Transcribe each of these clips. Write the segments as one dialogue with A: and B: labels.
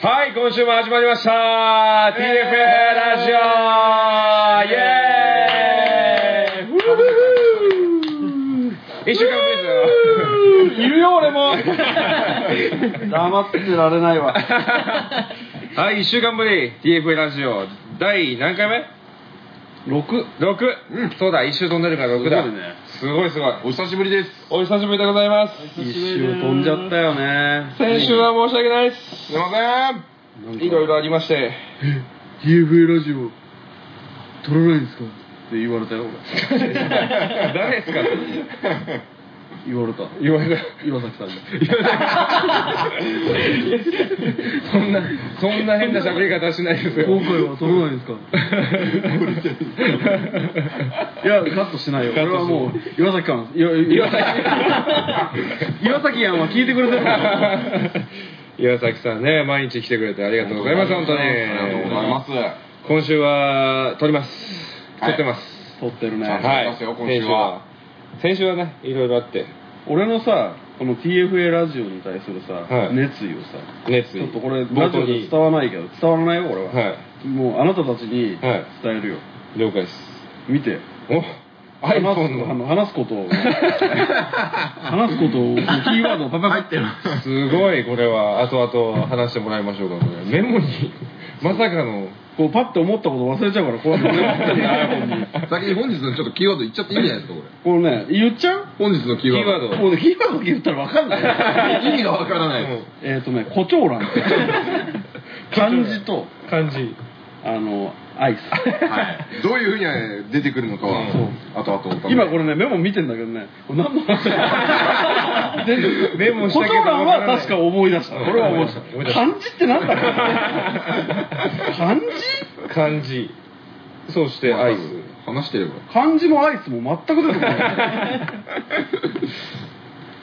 A: はい、今週も始まりました。TFA ラジオイエーイふー一週間ぶりですよ。
B: いるよ俺 も黙ってられないわ
A: はい、一週間ぶり、TFA ラジオ、第何回目 ?6!
B: 6
A: うん、そうだ、一周飛んでるから6だ。
B: すごいね
A: すごいすごい。
C: お久しぶりです。
A: お久しぶりでございます。
B: 一周飛んじゃったよね
A: 先週は申し訳ないです。
C: すいませ
A: いろいろありまして。
B: TFA ラジオ撮らないんですかって言われたよ
A: 誰ですか
B: 俺言われた
A: 言われた。
B: 岩崎さんに
A: そんな、そんな変な喋り方しないですよ。
B: 今回は撮らないんですかいやカットしないよこれはもう岩崎さんいや岩崎岩崎やんは聞いてくれてるから
A: 岩崎さんね毎日来てくれてありがとうございます本当に
C: ん。ありがとうございます。
A: 今週は撮ります
C: は
A: 撮
C: い
A: ってます
B: 撮ってるね、
C: はい撮りますよ今週は
A: 先週は先週はねいろいろあって
B: 俺のさこの TFA ラジオに対するさ、
A: はい
B: 熱意をさ
A: 熱
B: ち
A: 意
B: ょっとこれ
A: 冒
B: ラジ
A: 頭
B: オで
A: に
B: 伝わらないけど伝わらないよ俺は、
A: は
B: もうあなたたちに伝
A: はい
B: えるよ、
A: い了解です
B: 見て
A: お
B: 話す
A: iPhone
B: あの
A: の
B: 話すことを話すことをキーワードをパパパって
A: すごいこれは後々話してもらいましょうかこれメモにまさかの
B: こうパッて思ったこと忘れちゃうからこうやってメモってんだよ iPhone に
C: 先に本日のちょっとキーワード言っちゃっていいんじゃないですか、これ。
B: これね言っちゃう
C: 本日のキーワー
A: キーワ
C: ド。
A: ード
B: もうねキーワード言ったら分かんない
C: 意味がわからないです。
B: えっとね胡蝶蘭って漢字と
A: 漢字
B: あのアイス
C: はい。どういうふうに出てくるのかは、
B: そう
C: あとあとお楽しみ
B: 今これねメモ見てんだけどねこれ何の話だよ全然
A: メモしたけど
B: 胡蝶
A: わ
B: 蘭
A: から
B: は
A: ない
B: 確か思い出したこれは思い出した
A: 思い出した
B: 漢字ってなんだろう漢字
A: 漢字そしてアイス
C: 話してれば。
B: 漢字もアイスも全く出てこない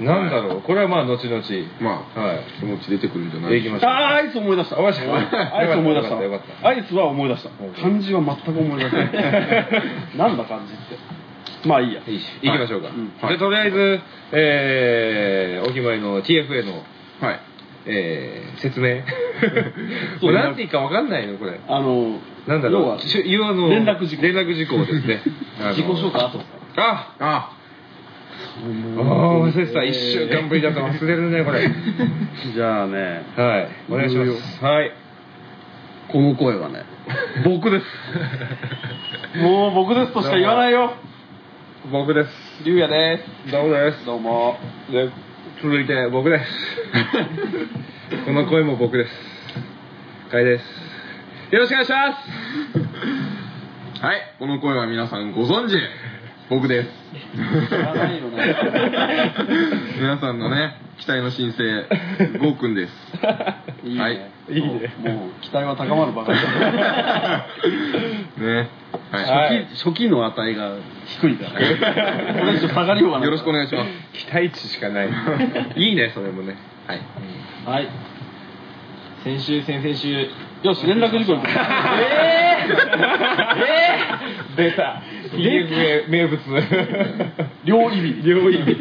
A: なんだろうこれはまあ後々
C: まあ、
A: はい
C: そのうち出てくるんじゃない
A: 行
C: で
A: きま
C: すか
A: しょう
B: あーアイス思い出した
A: 思い出した
B: アイス思い出
A: よ
B: し
A: かったよかった
B: たアイスは思い出した
A: ん
B: 漢字は全く思い出せない なんだ漢字ってまあいいや
A: いいし行きましょうか、
B: うん
A: でとりあえず、えー、お決まりの TFA の、
C: はい。
A: えー、説明 こ
B: そう
A: れなんて言うかわかんないのこれ
B: あの
A: なんだ
B: 要
A: ろ
B: は
A: う
B: 自己
A: しゅ要はあの
B: 連絡事項
A: 連絡事項ですねあの
B: 紹介後
A: あ
C: あ、
A: ああ忘れてた1週間ぶりだと忘れるねこれ
B: じゃあね
A: はいお願いし
B: いろ
A: ま
B: い
A: すはい
B: この声はね僕 ですもう僕ですとしか言わないよ
A: 僕です
B: 龍也で
A: どうもです
B: すどうも
A: で続いて僕ですこの声も僕ですかいですよろしくお願いします
C: はい。この声は皆さんご存知、僕です。
B: 知らないよね
C: 皆さん のね、期待の新星、ゴーくんです。
B: いいね、
C: はい
A: いいね
B: もう期待は高まるばかりだ
C: ね。は
A: はい
B: 初期初期の値が低いからねこれ以上下がりようが
C: い。
B: ない
C: よろしくお願いします。
A: 期待値しか ないいいねそれもね
C: はい。
B: はい
D: 先週先々週
B: よし連絡事項行く
A: 出た TFA 名 物
B: 両意味
A: 両意味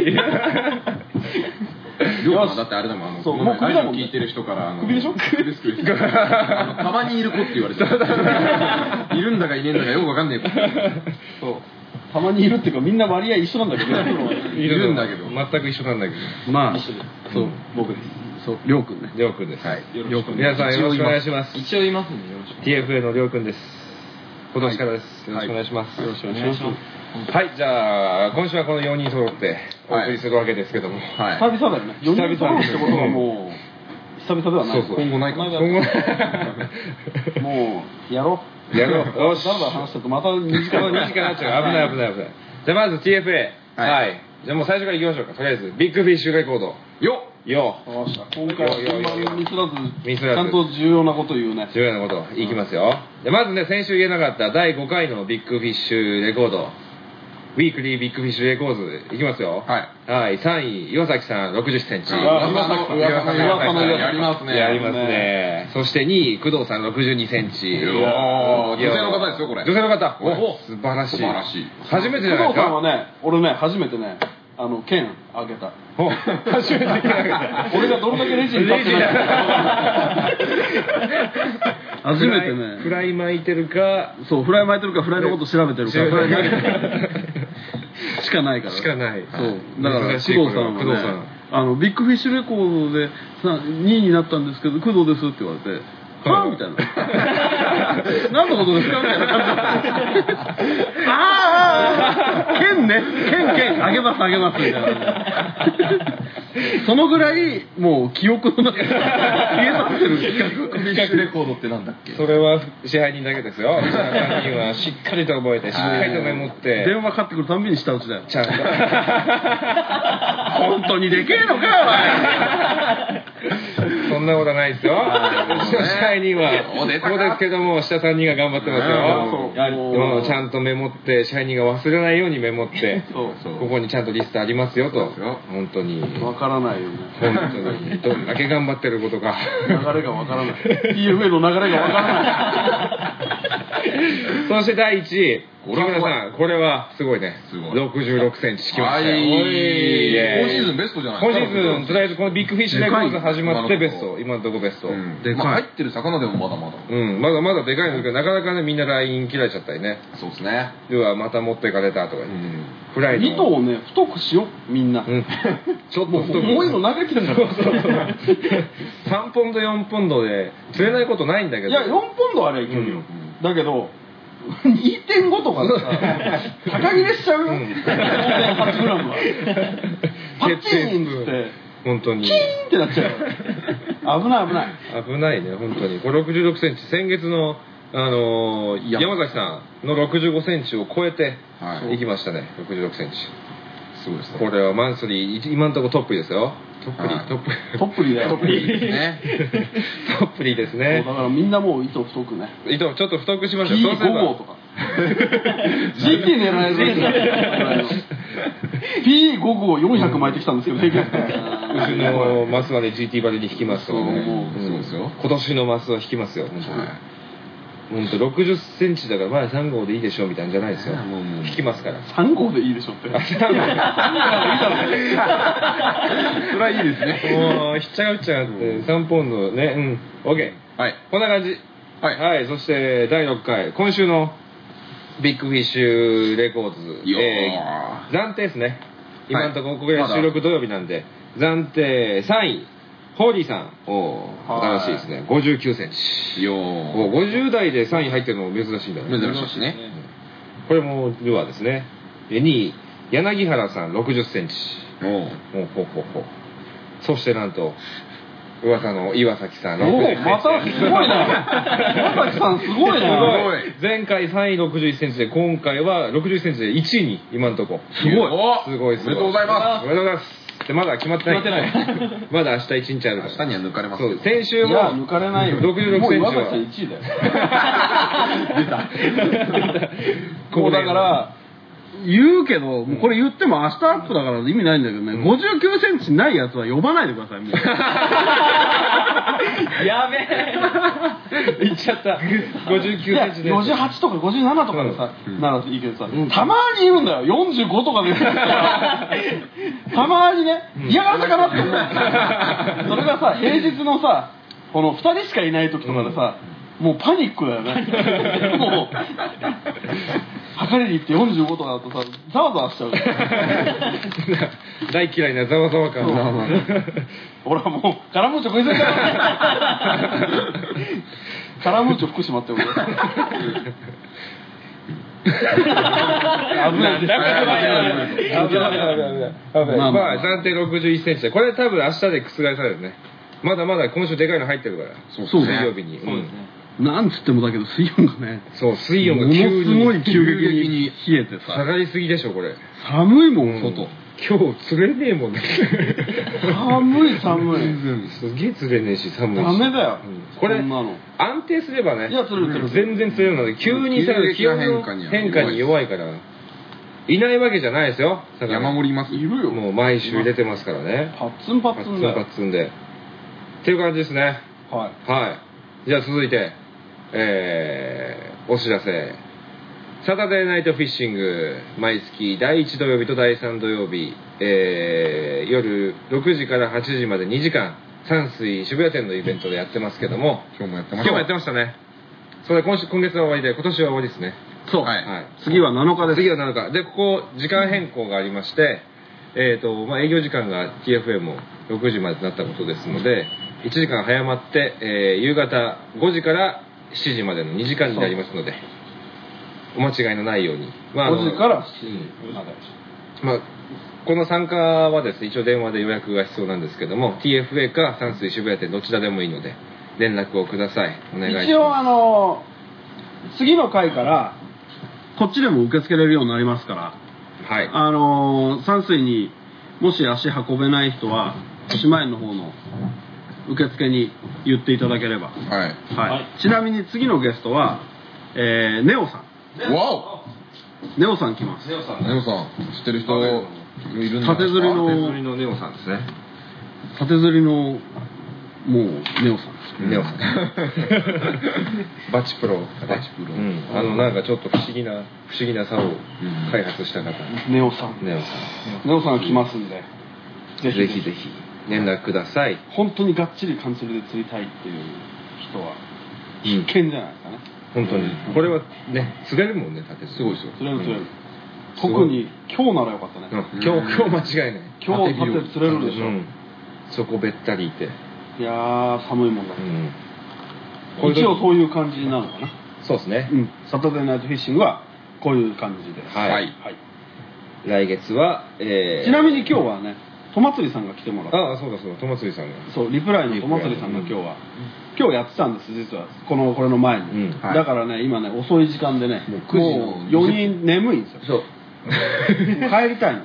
C: りょうくんはだってあれだもん、あの、
B: そう
C: この
B: もう
C: 前
B: 首だもん
C: ラジオ聞いてる人から、あの、
B: 首でしょ
C: 首です、首です。あの、たまにいる子って言われてる。いるんだかいねえんだかよくわかんねえ子。
B: そうたまにいるっていうかみんな割合一緒なんだけど
C: いるんだけど
A: 全く一緒なんだけど
B: まあ
D: 一緒です
B: そう僕ですそうりょうくんね
A: りょうくんです
C: はい
A: りょうくん皆さんよろしくお願いします
D: 一応いますんでよろしく
A: TFA のりょうくんです今年からです、よろしくお願いします、
B: よろしく
D: お
B: お
D: 願
B: 願
D: い
B: い
D: し
B: し
D: ま
B: ますす
A: はいじゃあ今週はこの4人揃ってお
C: はい
A: 送りするわけですけども、
C: はい。
B: 久々だよね4人揃うってことはもう久々ではない
A: そうそう
C: 今後ないかも。
A: 今後
B: もうやろう
A: やろうよし
B: だらだら話してるとまた2時
A: こ
B: 間
A: の2時間になっちゃう危ない危ない危ないじゃあまず TFA はい、じゃあもう最初からいきましょうかとりあえずビッグフィッシュレコード
C: よ
A: よ
B: わかりました今回は順番にすらず
A: ミス
B: ち
A: らず
B: ゃんと重要なこと言うね
A: 重要なこといきますよ、でまずね先週言えなかった第5回のビッグフィッシュレコードウィークリービッグフィッシュレコードいきますよ、
C: はい
A: はい、3位岩崎さん6 0センチ
C: あ
B: 噂の噂の噂の
C: やりますね
A: やりますねそして2位工藤さん6 2センチ
C: いや女性の方ですよこれ
A: 女性の方
C: お
A: 素晴らしい
C: 素晴らしい
A: 初めてじゃないです
B: 工藤さん
A: か
B: はね俺ね初めてねあの券あげた
A: お初めて 聞いたけど
B: 俺がどんだけレジに立ってない か初めてね
A: フライフライ巻いてるか
B: そうフライ巻いてるかフライのこと調べてるか
A: 調べてる
B: しかないから
A: しかない
B: そうだから工
A: 珍
B: 藤
A: しい
B: さんは、ね、
A: これは工藤さん
B: あのビッグフィッシュレコードでさ2位になったんですけど工藤ですって言われて「は
A: は
B: あ?」
A: い
B: みたいな「 何のことですか?」みたいな感じだった あーあーあー剣ね剣剣あげますあげます」みたいなそのぐらいもう記憶の中に消え去ってる企画
C: フィッシュレコードってなんだっけ
A: それは支配人だけですよ支配人はしっかりと覚えてしっかりとメモって
B: 電話かかってくるたんびに下打ちだよ
A: ちゃんと
B: 本当にでけえのかよ
A: そんなことはないですよ
C: ー
A: うちの支配人
C: お
A: は
C: 出たか
A: そうですけども下3人が頑張ってますよ
B: おい
D: やはり
A: うんちゃんとメモって支配人が忘れないようにメモって
B: そう
C: そう
A: ここにちゃんとリストありますよと
C: ですよ
A: 本当に
B: わからないよね
A: 本当にどんだけ頑張ってることか
B: 流れがわ からない PFA の流れがわからない
A: そして第1位木
C: これは
A: 村さんこれはすごいね
C: すごい
A: 66センチきましたよ
C: はい
A: おいイエーイ
C: 今シーズンベストじゃない
A: 今シーズンとりあえずこのビッグフィッシュレコーズ始まってベスト今のとこベストう
C: うん
A: ん、
B: でかい
C: まあ、入ってる魚でもまだまだ
A: まだまだでかいんですけどなかなかねみんな LINE 切られちゃったりね
C: そうですね
A: 要はまた持っていかれたとか、
C: うん
A: フライ
B: 糸
A: の
B: をね太くしようみんな、
A: うん、ちょっ
B: も
A: と
B: う
A: 太く
B: もう今投げてるんだから
A: 3ポンド4ポンドで釣れないことないんだけど
B: いや4ポンドあれいけるよ、
A: うん
B: だけど2.5とかでさ高切れしちゃうよ、
A: うん
B: 5.8g はパッチーンっつっ
A: 決定
B: て
A: 本当に
B: キーンってなっちゃう危ない危ない
A: 危ないね本当にこれ6 6ンチ先月の、あのー
C: や
A: 山崎さんの6 5センチを超えて
C: はい
A: 行きましたね、6 6センチ
C: すごいです
A: こ
C: ね
A: れはマンスリーい今のところトップですよトップリ
C: は
A: ー
C: い
A: トップ
B: トップリだよ
C: トップリーですね
A: トップリーです
B: そうだ
A: ね
B: からみんなもう糸太くね
A: 伊藤ちょっと太くしましょうそうすれ
B: P5 号
A: ば
B: とか GT 狙え る P5 号400巻いてきたんですけど平 均
A: うちのマスはね GT バレに引きますとかね
B: そう思
C: うそうですよ
A: 今年のマスは引きますよ本当に、
C: は
A: 本当6 0ンチだから前3号でいいでしょうみたいなんじゃないですよ
C: いもうもう
A: 引きますから
B: 3号でいいでしょ って
C: それはいいですね
A: もうひっちゃがうっちゃがって3ポンドねうん OK
C: はい
A: こんな感じ
C: はい
A: そして第6回今週のビッグフィッシュレコーズ
C: いやー
A: えー暫定ですね今のところ
C: はい
A: ここが
C: まだ
A: 収録土曜日なんで、暫定3位ホーリーさんおー
B: はい
A: 新しいですね5 9センチ
C: よ
A: もう
C: ー
A: 50代で3位入ってるのも珍しいんだね
C: 珍しいですね
A: これもルアーですね2位柳原さん6 0センチ
C: おう
A: ほうほうほうほうそしてなんと噂の岩崎さん
B: お
A: 60セン
B: お
A: チ
B: またすごいな山崎さんすごい
A: す
B: な
A: ごい前回3位6 1ンチで今回は6 0ンチで1位に今んとこ
C: すごい
A: すごいすごい
C: おめでとうございます
A: おめでとうございますでまだ決まってない
B: 決まって
A: まだ明日1日あるか
C: 明
A: ら
C: 日には抜かれます
A: そ
C: け
A: う
C: ど
A: 先週
B: い
A: も
B: や抜かれないよ
A: 66
B: もう
A: センチは
B: 岩崎さん1位だよもうだから言うけどもうこれ言っても明日アップだから意味ないんだけどね、59センチないやつは呼ばないでく ださいもう
D: やべえ
A: 行っちゃった59
B: いや
A: センチで
B: 58とか57とかでさ、
C: うん
B: ならいいけどさ、たまにいるんだよ45とかでたまにね嫌がらせかなって思うそれがさ平日のさこの2人しかいない時とかでさ、もうパニックだよねもう測りに行って45とかだとさざわざわしちゃう
A: 大嫌いなざわざわ感
B: ざわざわ俺はもうカラムーチョ食いついちゃうカラムーチョ福島って俺危ない
D: だこれ
A: 危ない危ない危ない危ない
B: まあま
A: ま
B: あ
A: あ暫定6 1ンチでこれ多分明日で覆されるねまだまだ今週でかいの入ってるから
C: そうです
B: そう
C: ね
A: 水曜日に
D: そうですね
B: なんつってもだけど水温がね
A: そう水
B: も
A: 温が
B: の
A: 急
B: す
A: に
B: ごい急激に冷えて
A: 下
B: さ
A: がりすぎでしょこれ
B: 寒いもん
A: 外
B: 外
A: 今日釣れねえもんね
B: 寒い寒い
A: すげえ釣れねえし寒いし
B: ダメだよ
A: うんこれ
B: そんなの
A: 安定すればね
B: いや釣れる釣れる
A: 全然釣れるので急にさ
C: 急激
A: 気
C: な
A: 温
C: 変
A: の
C: 化には
A: 変化に弱いからいないわけじゃないですよ魚
C: 山盛りいますいるよ
A: もう毎週入れてますからね
B: パッツンパ
A: パッ
B: ッツ
A: ツ
B: ン
A: ン
B: だ
A: パ
B: よ
A: ッツンでっていう感じですね
B: はい
A: はいじゃあ続いてえーお知らせ
C: サタデーナイトフィッシング毎月第1土曜日と第3土曜日、えー夜6時から8時まで2時間山水渋谷店のイベントでやってますけども
A: 今日もやってま
C: 今
A: し
C: 日
A: た
C: もやってましたねそれで今週今月は終わりで今年は終わりですね
B: そう、
A: はい
C: はい
B: 次は7日です
C: 次は7日でここ時間変更がありまして、えーとまあ、営業時間が TFM も6時までとなったことですので1時間早まって、えー夕方5時から7時までの2時間になりますのでお間違いのないように、まああの
B: 5時から7
C: うんまあ、この参加はですね一応電話で予約が必要なんですけども TFA か山水渋谷店どちらでもいいので連絡をくださいお願いします
B: 一応あの次の回からこっちでも受け付けれるようになりますから
C: はい
B: あのー山水にもし足運べない人は姉妹の方の受付に言っていただければ、はい
A: はい
B: ちなみに次のゲストは、えーネオさ
A: わ
B: んネオさん来ます
A: おネオさん知ってる人いるん
B: 縦釣り
C: 手
B: の
C: 釣りのネオさんですね
B: 縦釣りのもうネオさんです
C: ネオさん バチプロ
A: バチプロ
C: うん、あのなんかちょっと不思議な不思議な差を開発した 方、
B: ネオさん
C: ネオさ
B: ネオさんが来ますんで
C: んぜひぜひ連絡ください、
B: 本当にがっちりカンツルで釣りたいっていう人は
C: うん
B: 必見じゃないですかね
C: 本当にこれはね釣れるもんね縦すごいですよ
B: 釣れる釣れる、
C: すご
B: 特
C: い
B: に今日ならよかったね、
C: うん今日今日間違いない
B: 今日立て釣れるでしょ、
C: うん、そこべったりいて、
B: いやー寒いもんだ、
C: うん、
B: 一応そういう感じなのかな
C: そうですね、
B: うんサタデーナイトフィッシングはこういう感じです
C: はい来月は、えー、
B: ちなみに今日はね戸祭りさんが来てもらって
C: ああそうだそうだ友釣りさんが
B: そうリプライの戸祭りさんが今日は今日やってたんです実はこのこれの前に、
C: うん
A: はい
B: だからね今ね遅い時間でね
A: もう9時の
B: 4人眠いんですよ
C: そう
B: 帰りたい の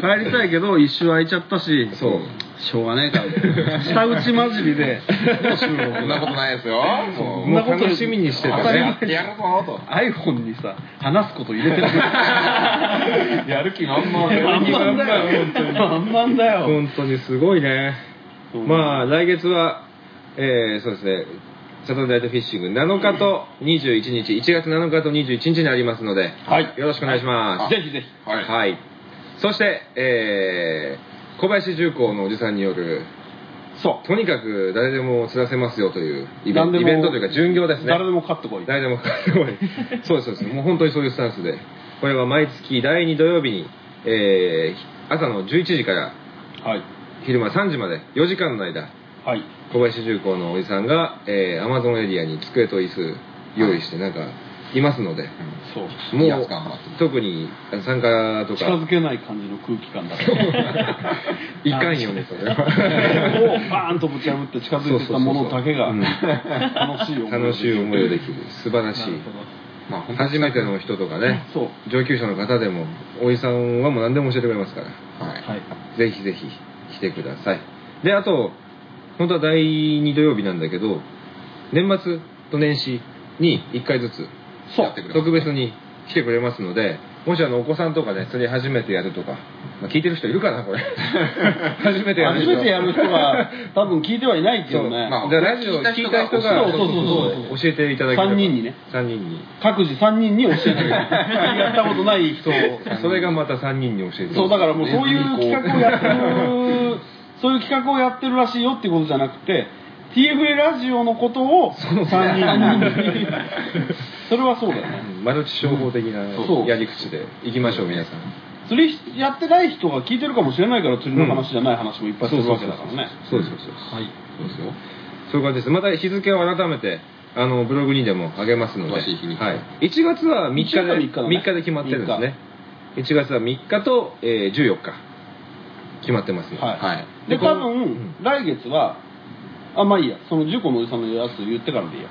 B: 帰りたいけど一周空いちゃったし
C: そう
B: しょうがねえ から下打ち混じりで
A: そんなことないですよも
C: もう楽しみにしてたね
A: うやるぞと
B: iPhone にさ話すこと入れ てる
A: やる気満々
B: 満々だよ満々だよ
C: 本当にすごいね
B: うん
C: まあ来月はえー、そうですねサタデーナイトフィッシング7日と21日1月7日と21日にありますので、
B: はい
C: よろしくお願いします、
B: ぜひぜひ
A: はい
C: はい、そして、えー小林重工のおじさんによる
B: そ
C: とにかく誰でも釣らせますよというイベ
B: 何
C: ン
B: で
C: ト
B: も
C: イベントというか巡業で
B: う
C: すね
B: 誰でも勝ってこい
C: 誰でもそうですそうですもう本当にそういうスタンスでこれは毎月第2土曜日に、えー朝の11時から
B: はい
C: 昼間3時まで4時間の間
B: はい
C: 小林重工のおじさんが、えー、アマゾンエリアに机と椅子用意してなんかいますので、
B: そう
C: も
A: いうやつ頑張って
C: 特に参加と
B: 近づ
C: か
B: けない感じの空気感だった
C: いかん よねそれは
B: をバーンとぶち破って近づいてったものだけが
C: そうそうそう
B: 楽しい思い
C: 楽しい思いをできる素晴らしい
A: まあ本当に
C: 初めての人とかね
B: そう
C: 上級者の方でもおじさんはもう何でも教えてくれますから
A: はい
B: はい
C: ぜひぜひ来てくださいであと本当は第2土曜日なんだけど年末と年始に1回ずつ
B: そう
A: やってくれます
C: 特別に来てくれますのでもしあのお子さんとかね釣り初めてやるとか、まあ、聞いてる人いるかなこ れ初めてやる
B: 初
C: 人
B: めてやる人 は多分聞いてはいないけ
C: そ
B: ど
C: う、
B: ね、
C: まあ、じゃあラジオ聞いた人が
B: そうそうそうそう
C: 教えていただければ
B: 三人にね
C: 3人に
B: 各自3人に教えてく れるやったことない人
C: そうそれがまた3人に教えて
B: そうだからもうそういう企画をやってる そういう企画をやってるらしいよってことじゃなくて TFA ラジオのことを3人に それはそうだよね
C: うんマルチ商法的な
B: そう
C: やり口でいきましょう皆さん
B: 釣りやってない人が聞いてるかもしれないから釣りの話じゃない話もいっぱいするわけだからね
C: そうですそうですはいそうですよそういう感じですまた日付を改めてあのブログにでも上げますので、は
A: 詳しい日にち
C: い、1月は3日で
B: 1月は三日だね
C: 三で決まってるんですね1月は3日と、えー14日決まってますね、
B: はい、
A: はい
B: で
C: でこ
B: 多
C: の
B: 分、
C: うん
B: 来月はあまあいいやその10個のおじさんのやつ言ってからでいいや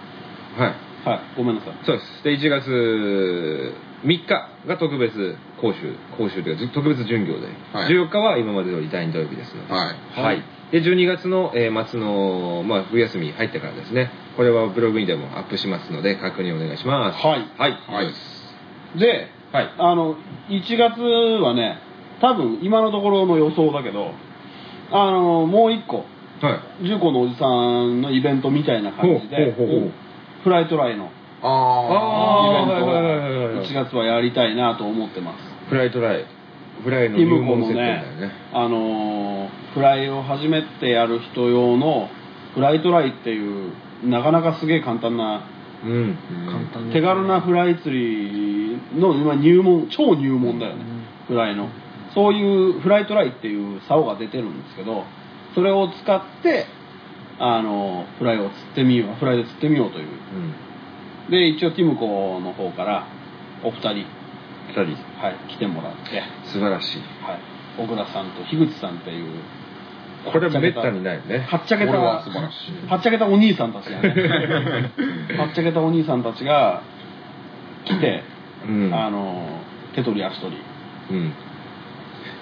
C: はい、
B: はいごめんなさい
C: そうですで1月3日が特別講習講習というかず特別巡業で、
A: はい
C: 14日は今まで通り第2土曜日ですので、
A: はい
C: はい、で12月の、えー末の、まあ、冬休み入ってからですねこれはブログにでもアップしますので確認お願いします
B: はい
C: はい
A: はい
B: で
C: はい
B: あの1月はね多分今のところの予想だけどあのもう1個
C: はい
B: 10個のおじさんのイベントみたいな感じで
C: ほうほうほうほう
B: フライトライの
C: あ
A: あー
C: ーイベント
A: はいはいはいはいはい
B: 1月はやりたいなと思ってます
A: フライトライフライの
B: イ
A: 入
B: ムコ
A: 門
B: も
A: セットみた
B: ね
A: いなね
B: あのーフライを初めてやる人用のフライトライっていうなかなかすげえ簡単な
A: うん
D: 簡単
B: 手軽なフライ釣りの今入門超入門だよね、フライのそういうフライトライっていう竿が出てるんですけどそれを使ってあのフライを釣ってみようフライで釣ってみようという
A: うん
B: で一応ティムコの方からお二人、
A: 二人
B: はい、来てもらって、
A: 素晴らしい
B: はい、小倉さんと樋口さんっていう
A: これめったにないよね
B: はっちゃけた
C: これは素晴らしい
B: はっちゃけたお兄さんたち がねはっちゃけたお兄さんたちが来て、
A: うん
B: あの手取り足取り
A: うん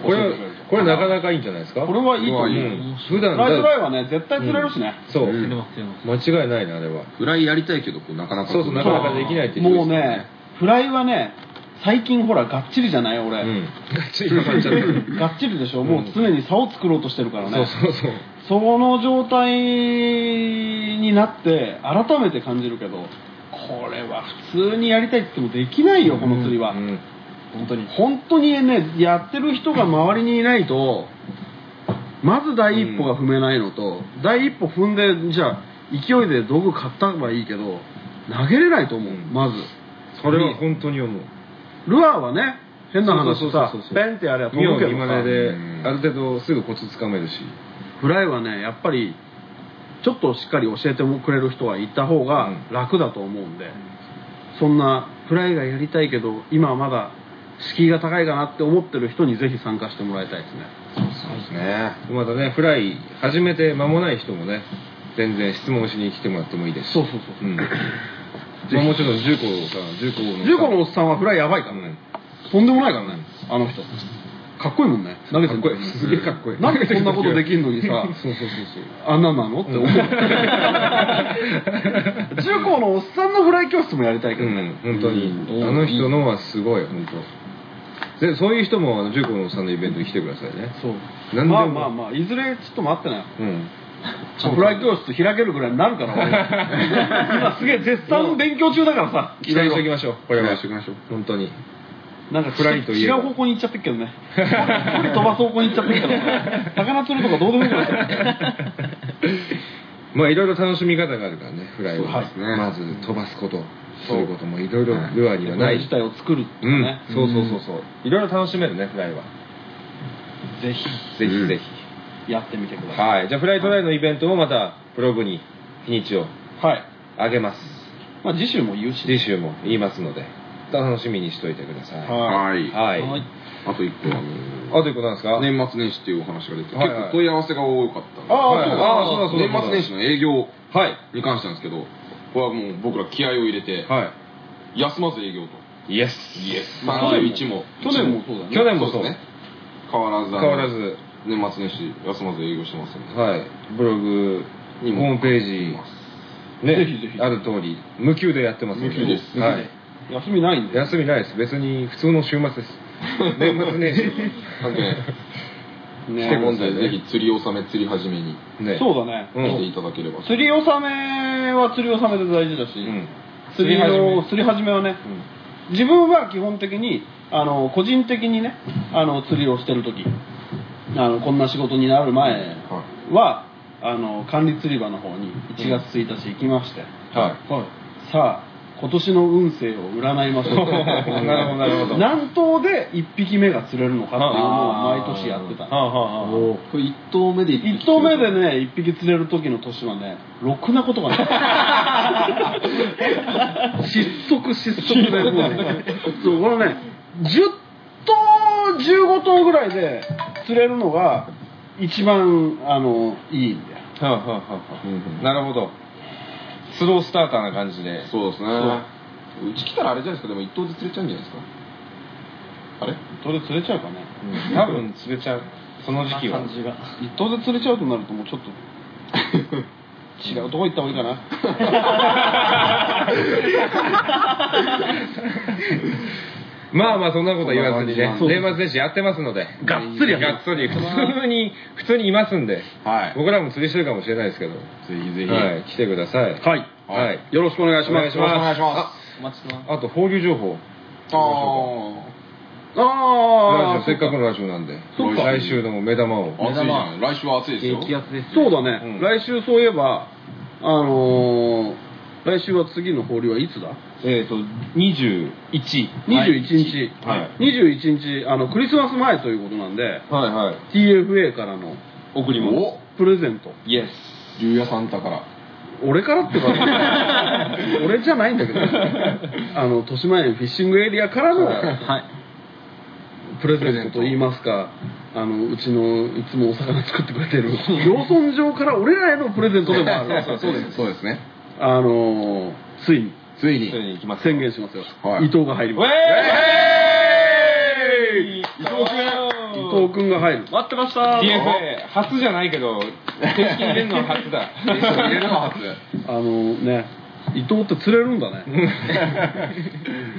A: これはこれなかなかいいんじゃないですか
B: これはいいと思う
A: う
C: うん
A: ん普
B: フ
A: 段
B: ライトライ
A: イ
B: はね絶対釣れるしね、
A: そう
C: うん
D: 出ます出ます
A: 間違いないなあれは
C: フライやりたいけどこうなかなか
A: そうそうなかなかできないって言って
B: も
A: ま
B: う
A: した
B: ねフライはね最近ほらがっちりじゃない俺、
A: うんガチリハマっちゃった
B: がっちりでしょ、
A: うん
B: もう常に竿作ろうとしてるからね
A: そうそうそう
B: その状態になって改めて感じるけどこれは普通にやりたいって言ってもできないよこの釣りは、
A: うん
D: 本当に
B: 本当にねやってる人が周りにいないとまず第一歩が踏めないのと、第一歩踏んでじゃあ勢いで道具買ったばいいけど投げれないと思う、
A: うん
B: まず
A: それは本当に思う
B: ルアーはね変な話さ
A: そうそうそうそう
B: ペンってやれば飛
A: 見よ
B: ぶ
A: う
B: け
A: 見
B: ど
A: ま
B: さ
A: ねで
C: うん
A: ある程度すぐコツつかめるし
B: フライはねやっぱりちょっとしっかり教えてもくれる人がいた方が楽だと思うんで、そんなフライがやりたいけど今はまだ敷居が高いかなって思ってる人にぜひ参加してもらいたいですね
C: そうですね
A: またねフライ始めて間もない人もね全然質問しに来てもらってもいいですし
B: そうそうそう
A: うんまあもちろん重工さん重工の
B: ジュコのおっさんはフライやばいからね。とんでもないからね。あの人。かっこいいもんね。投げて
A: かっこいいすげえかっこいい
B: なんでそんなことできんの にさ、
A: そうそうそうそう
B: あんなんなのって思う。 ジュコのおっさんのフライ教室もやりたいけ
A: う
B: どね
A: ん。本当に
C: うん
A: あの人のはすごい本当でそういう人もあの重工のおっさんのイベントに来てくださいね
B: そう。
A: なんでも
B: まあまあまあ、いずれちょっと待ってなよ。
A: うん
B: フライ教室開けるぐらいになるから、 俺今すげえ絶賛勉強中だからさ。
A: 期待しておきましょうこれ
C: 期
A: は
C: 待しておきましょう
A: 本当に
B: なんか
A: フライといえば
B: 違う方向に行っちゃってるけどね。 距離飛ばす方向に行っちゃってるけどね。魚釣るとかどうでもいいから。
A: まあいろいろ楽しみ方があるからねフライ
B: そう
A: は
B: です
C: ね
A: まず飛ばすことすることもいろいろ
C: はい
A: ルアーにはない
B: 自体を作るとか
A: うん
B: ね、
A: そうそうそうそういろいろ楽しめるねフライはぜ
B: ぜ
C: う
A: ひ
C: ん
A: ぜひ
B: ひやってみてください
A: はいじゃあフライトライのイベントもまたブログに日にちを
B: はい、
A: あげます
B: まあ、次週も言うし
A: 次週も言いますので楽しみにしておいてください
B: は
C: はい
A: はい、
B: はい
C: あと一個あの
A: あということなんですか、
C: 年末年始っていうお話が出て
A: はい
C: 結
A: はい
C: 構問い合わせが多かったんで
B: あ
A: はい
B: そうだ
A: あそうだそうだ
C: 年末年始の営業
A: はい
C: に関してなんですけどこれはもう僕ら気合を入れて
A: は
C: 休まず営業と
A: いイエス
C: イエス
B: まあ
C: 31も
B: 去年もそうだね
A: 去年もそう
C: ですね変わらずあの
A: 変わらず
C: 年末年始休まず営業してますんで
A: はいブログホ
C: にも
A: ームページね
B: ぜひぜひ
A: ある通り無給でやってますの
C: 無給です
A: はい
B: 休みないんで
A: 休みないです別に普通の週末です 年末年始
C: 関係ない
B: ね
C: 来てくださいぜひ釣り納め釣り始めに
A: ね
B: そうだね、
A: うん
C: 来ていただければ
B: 釣り納めは釣り納めで大事だし、
A: うん
B: 釣りの釣り始めはね、自分は基本的にあの個人的にねあの釣りをしてる時あのこんな仕事になる前
C: は
B: は、あの管理釣り場の方に1月1日行きまして、
A: は
B: さあ今年の運勢を占いましょう
A: なるほどなるほど
B: 南東で1匹目が釣れるのかっていうのを毎年やって
A: い
B: た
A: はあはあはあ
D: これ一投目で一
B: 1頭目でね1匹釣れる時の年はねろくなことがない 失速失速でもうねそうこのね10頭15頭ぐらいで釣れるのが一番あのいいんだよ
A: はあはあはあなるほどスロースターターな感じで
C: いそうですねうち来たらあれじゃないですかでも一等で釣れちゃうんじゃないですかあれ
B: それ釣れちゃうかね
A: うん多分釣れちゃうその時期は
D: 感じが
B: 一頭で釣れちゃうとなるともうちょっと違うとこ行った方がいいかな
A: まあまあそんなことは言わずにね
C: そんな
A: 年
C: 感じ
A: 末年始やってますので
B: がっつりやって
A: が
B: ま
A: っつり普通に普通にいますんで
C: はい
A: 僕らも釣りしてるかもしれないですけど
C: ぜひぜひ
A: はい来てください
B: はい
A: はい
B: よろしくお願いし
A: お願
B: ます
A: いします
C: お願いします
B: お待ちしてます
A: あと放流情報
B: あああ
A: ラジ
B: あ
A: オせっかくのラジオなんで
B: そっか
A: 来週の目玉を
C: 暑いじゃん来週は暑いですよ
D: 激アツです
B: そうだね、
A: うん
B: 来週そういえばあのー、来週は次の放流はいつだ
A: えっ、ー、と21
B: 21日、
A: はい
B: 21日あのクリスマス前ということなんで
A: はいはい
B: TFA からの
A: 送り物
C: お
B: プレゼント
A: イエス
C: 竜也サンタから
B: 俺からっていうか俺じゃないんだけどあの豊島園フィッシングエリアからの、プレゼントと言いますかあのうちのいつもお魚作ってくれてる養豚場から俺らへのプレゼントでもある
C: そうですね
B: あのーついに
C: ついに
A: ついに行きます
B: 宣言しますよ、
C: はい
B: 伊藤が入り
A: ウ
B: ます
A: ェーイ伊藤
B: 伊藤君が入る
D: 待ってました
A: DFA 初じゃないけど正式に入れるのは初だ
C: 入れるの初
B: あのーね伊藤って釣れるんだね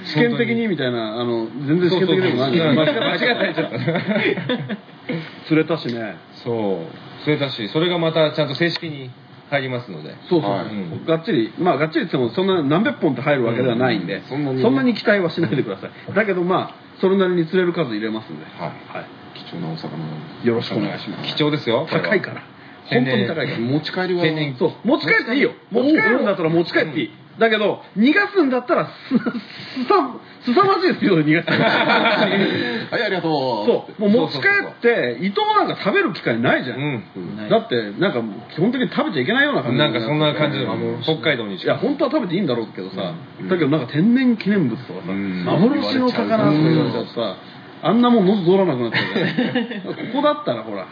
B: 試験的にみたいなあの全然試験的でもな
A: そ
B: い
A: うそう
B: 間違えた釣れたしね
A: そうそれだしそれがまたちゃんと正式に入りますので
B: そうそう、
C: はい
A: うん
B: がっちりまあがっちりって言ってもそんな何百本って入るわけではないんで、
C: うんそんなに
B: 期待はしないでくださいだけどまあそれなりに釣れる数入れますんで、
C: はい
B: は
C: 貴重なお魚なん
B: い、よろしくお願いします
A: 貴重ですよこれは
B: 高いから
A: 天
B: 本当
A: 然
B: に高いから
C: で持ち帰りは
A: 天然
B: そう持ち帰っていいよ持ち帰るんだったら持ち帰っていい、だけど逃がすんだったらすすさすさまじいですよ逃がす
C: はいありがと
B: そ
C: う
B: うもう持ち帰って伊藤なんか食べる機会ないじゃん、
A: うん
B: だってなんか基本的に食べちゃいけないような感じ
A: なんかそんな感じで
B: あの
A: 北海道に
B: いや本当は食べていいんだろうけどさ、
C: うん
B: だけどなんか天然記念物とかさ、
C: うん
B: 幻の魚とか言われちゃうとさあんなもん喉通らなくなっちゃうから ここだったらほら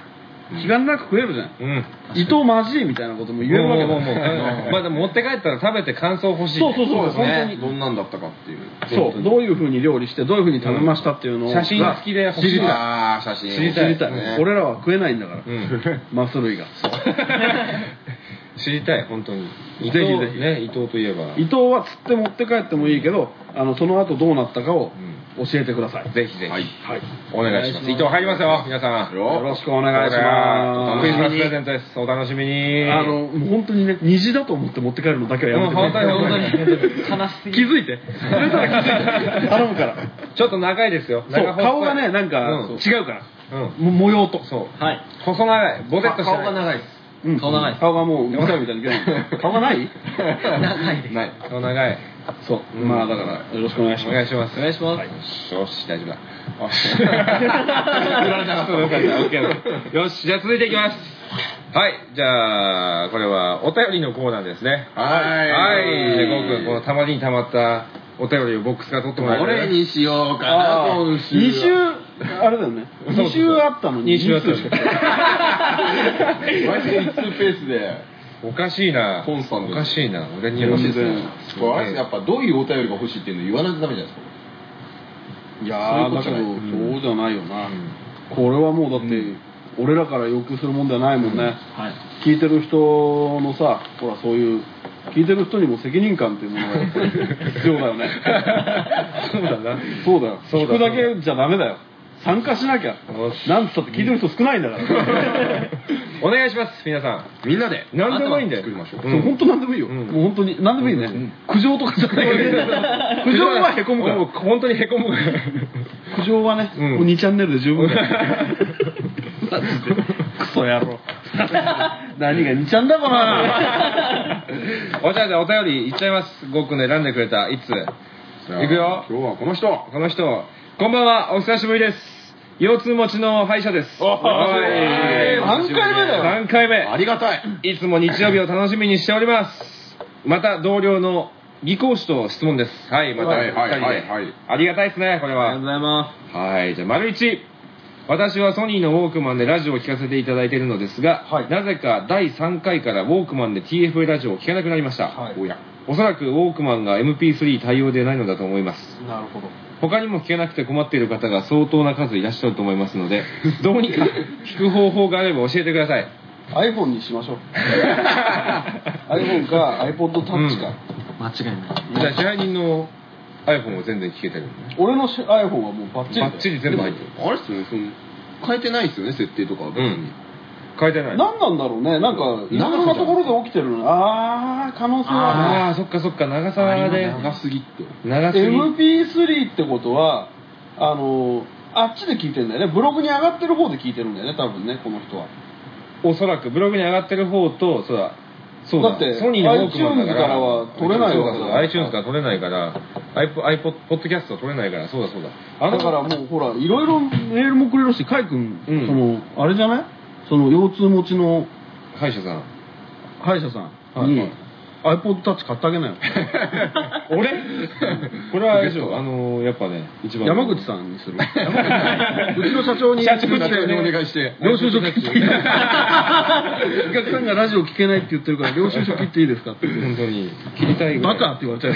B: 気兼ねなく食えるじゃん、
A: うん
B: 伊藤マジみたいなことも言えるわけだ
A: もうもうもうもうまあでも持って帰ったら食べて感想欲しい
B: そうそうそう
C: ですね
B: 本当に
C: どんなんだったかっていう
B: そうどういうふうに料理してどういうふうに食べましたっていうのを、
A: 写真付きで欲しい
B: 知りたい
C: ああ写真
A: 知り
B: 知りたい、
C: ね
B: 俺らは食えないんだから、
A: うん
B: マス類が
A: 知りたい本当に
B: ぜひぜひ
A: 伊藤ね伊藤といえば
B: 伊藤は釣って持って帰ってもいいけどあのその後どうなったかを
A: う
B: 教えてください、
A: ぜひぜ
C: はい
A: ひ
B: はい
A: お願いします伊藤入りますよ皆さん
B: よろしくお願いします
A: クリスマスプレゼントですお楽しみに
B: あのもう本当にね虹だと思って持って帰るのだけはやめて
A: うん本当に
D: 本当に悲しすぎ
B: 気づいてそれたら気づいて頼むから
A: ちょっと長いですよ
B: そ
A: 長
B: う
A: 細い
B: 顔がねなんか
A: うん
B: 違うから、
A: うん
B: も模様と
A: そう
D: はい
A: 細長いボテッとして
D: 顔が長いです
B: うん
D: 顔長い
B: 顔がもう見たみたいな顔がない
D: 長いです
C: ない
A: 顔長い
B: そう、
A: うん
B: まあだからよろしくお願いし
A: お
B: ます
A: 願いします
D: お願いします
A: すよし大丈夫だよし振られなかったよかった OK よしじゃあ続いていきますはいじゃあこれはお便りのコーナーですね
C: はい
A: はいでゴー君このたまりにたまったお便りをボックスから取ってもらえる
C: どれにしようかな
B: ああ
C: 今
B: 2
C: 週は
B: 週あれだよね
A: そうそう
B: 2週あったのに
A: 二週あったの
B: 二
A: に
B: しか来てない
C: 毎週一通ペースで
A: おかしいな
C: コンスタント
A: おかしいな俺に
C: よ
A: は
C: ろしいです
A: ね
C: ねこれあれですねやっぱどういうお便りが欲しいっていうの言わないとダメじゃないですか
B: いやーだけど
C: そう
A: いうことじゃない
B: そうじゃない
A: う
B: よな、
A: ん
B: これはもうだって、
A: うん
B: 俺らから要求するもんではないもんね、
D: はい
B: 聞いてる人のさほらそういう聞いてる人にも責任感っていうものがやっぱり 必要だよね
A: そうだな
B: そうだよ
A: そうだ
B: 聞くだけじゃダメだよ参加しなきゃ
A: よし
B: なんつったって聞いてる人少ないんだから、
A: お願いします皆さん
C: みんなで
A: 何でもいいんだよ
C: 作りましょう
B: そう本当なんでもいいよ、
A: うん
B: もう本当に何でもいいね、
A: うん
B: 苦情とかじゃないから苦情はへこむか
A: もう
B: ら
A: 本当にへこむから
B: 苦情はね、
A: うん
B: もう2チャンネルで十分だよ マジでクソ野 郎何が2ちゃん だこら
A: お茶でお便りいっちゃいますゴー君の選んでくれたいつ
C: じゃあ
A: いくよ
C: 今日はこの人
A: この人こんばんはお久しぶりです腰痛持ちの歯医者です
C: お
A: はい
C: 三回目だよ
A: 三回目
C: ありがたい
A: いつも日曜日を楽しみにしておりますまた同僚の技工士と質問ですはいまた
C: はいは
A: 二
C: い
A: 人で
C: はいはい
A: ありがたいですねこれ
D: ありがとう
A: は
D: ございま
A: はいじゃあ丸一私はソニーのウォークマンでラジオを聴かせていただいているのですが、
B: はい
A: なぜか第3回からウォークマンで TFA ラジオを聴かなくなりました、
B: はい
C: おや
A: おそらくウォークマンが MP3 対応でないのだと思います
B: なるほど
A: 他にも聞けなくて困っている方が相当な数いらっしゃると思いますの でどうにか聞く方法があれば教えてください
B: iPhone にしまし ょう iPhone か iPod タッチか、
D: す間違いない
A: じゃあ支配人の iPhone は全然聞けてるのね
B: 俺のし iPhone はもうバッチリだ
A: バ
B: よ
A: ッチリ全部入ってる
C: あれっすよねその変えてないっすよね設定とかは別に
A: うん変えてない
B: 何なんだろうねなんかいろいろなところで起きてるのにああ可能性はあ
A: ああそっかそっか長さで
C: 長すぎって
A: 長
B: る
A: すぎ
B: MP3 ってことはあのーあっちで聞いてんだよねブログに上がってる方で聞いてるんだよね多分ねこの人は
A: おそらくブログに上がってる方とそうだそうだ
B: だって
A: ソニーのウォークマンだから
B: iTunes からは取れないわけだ
A: そうだ iTunes から取れないから iPod, iPod ポッドキャストは取れないからそうだそうだあ
B: だ
A: の
B: からもうほらいろいろメールもくれるしカイ君、
A: うん
B: そのあれじゃないその腰痛持ちの
A: 歯医者さん
B: 歯医者さんに、
A: はい
B: iPod タッチ買ってあげなよ
A: 俺 これはあれでしょあのーやっぱね一番
B: 山口さんにする
C: うちの社長に
A: 社長に
C: だけお願いして
B: 領収書切っていいお客さんがラジオ聞けないって言ってるから領収書切っていいですかって
A: 本当に切りたいぐら
B: バ
A: い
B: カって言われちゃ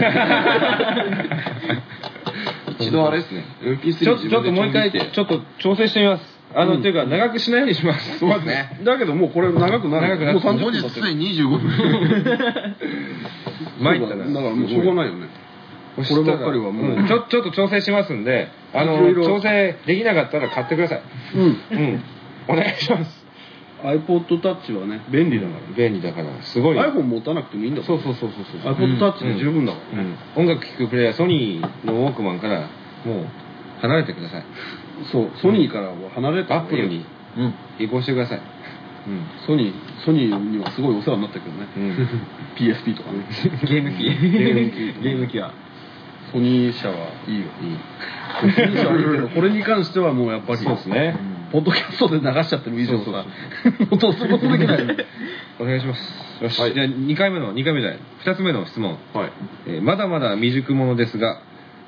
B: う
C: 一度あれですね MP3
A: ちょちょっともう一回ちょっと調整してみますあの、
B: うん
A: というか長くしないようにします
C: そうですね
B: だけどもうこれ長くなる
A: 長くなる
B: もう30
C: 本
B: 分
C: 日
B: 経って
C: す
B: る
C: でに25分
A: 参ったな
B: そうだだからもうしょうがないよね
A: こ
B: こればっかりはもう
A: ちょちょっと調整しますんであの
B: いろいろ
A: 調整できなかったら買ってください
B: うん
A: うんお願いします
B: iPod タッチはね便利だか
A: 便利だからすごい
B: ら iPhone 持たなくてもいいんだから
A: そうそうそうそうそう
B: iPod タッチで十分だか
A: う
B: らね
A: ん音楽聴くプレイヤーソニーのウォークマンからもう離れてください
B: そうソニーからは離れた
A: アップルに
C: うん
A: 移行してください
B: ソニーソニーにはすごいお世話になったけどね
A: うん、うん、
B: PSP とかね
D: ゲーム機ゲ
A: ーム機
D: ーム機は
B: ソニー社はいいよソニー社はいいけどこれに関してはもうやっぱり
A: そうですね
B: ポッドキャストで流しちゃってる以上さ もうどうすることできないよね
A: お願いしますよし、
C: はい
A: じゃあ2回目の2回目じゃない2つ目の質問
C: はい
A: えーまだまだ未熟者ですが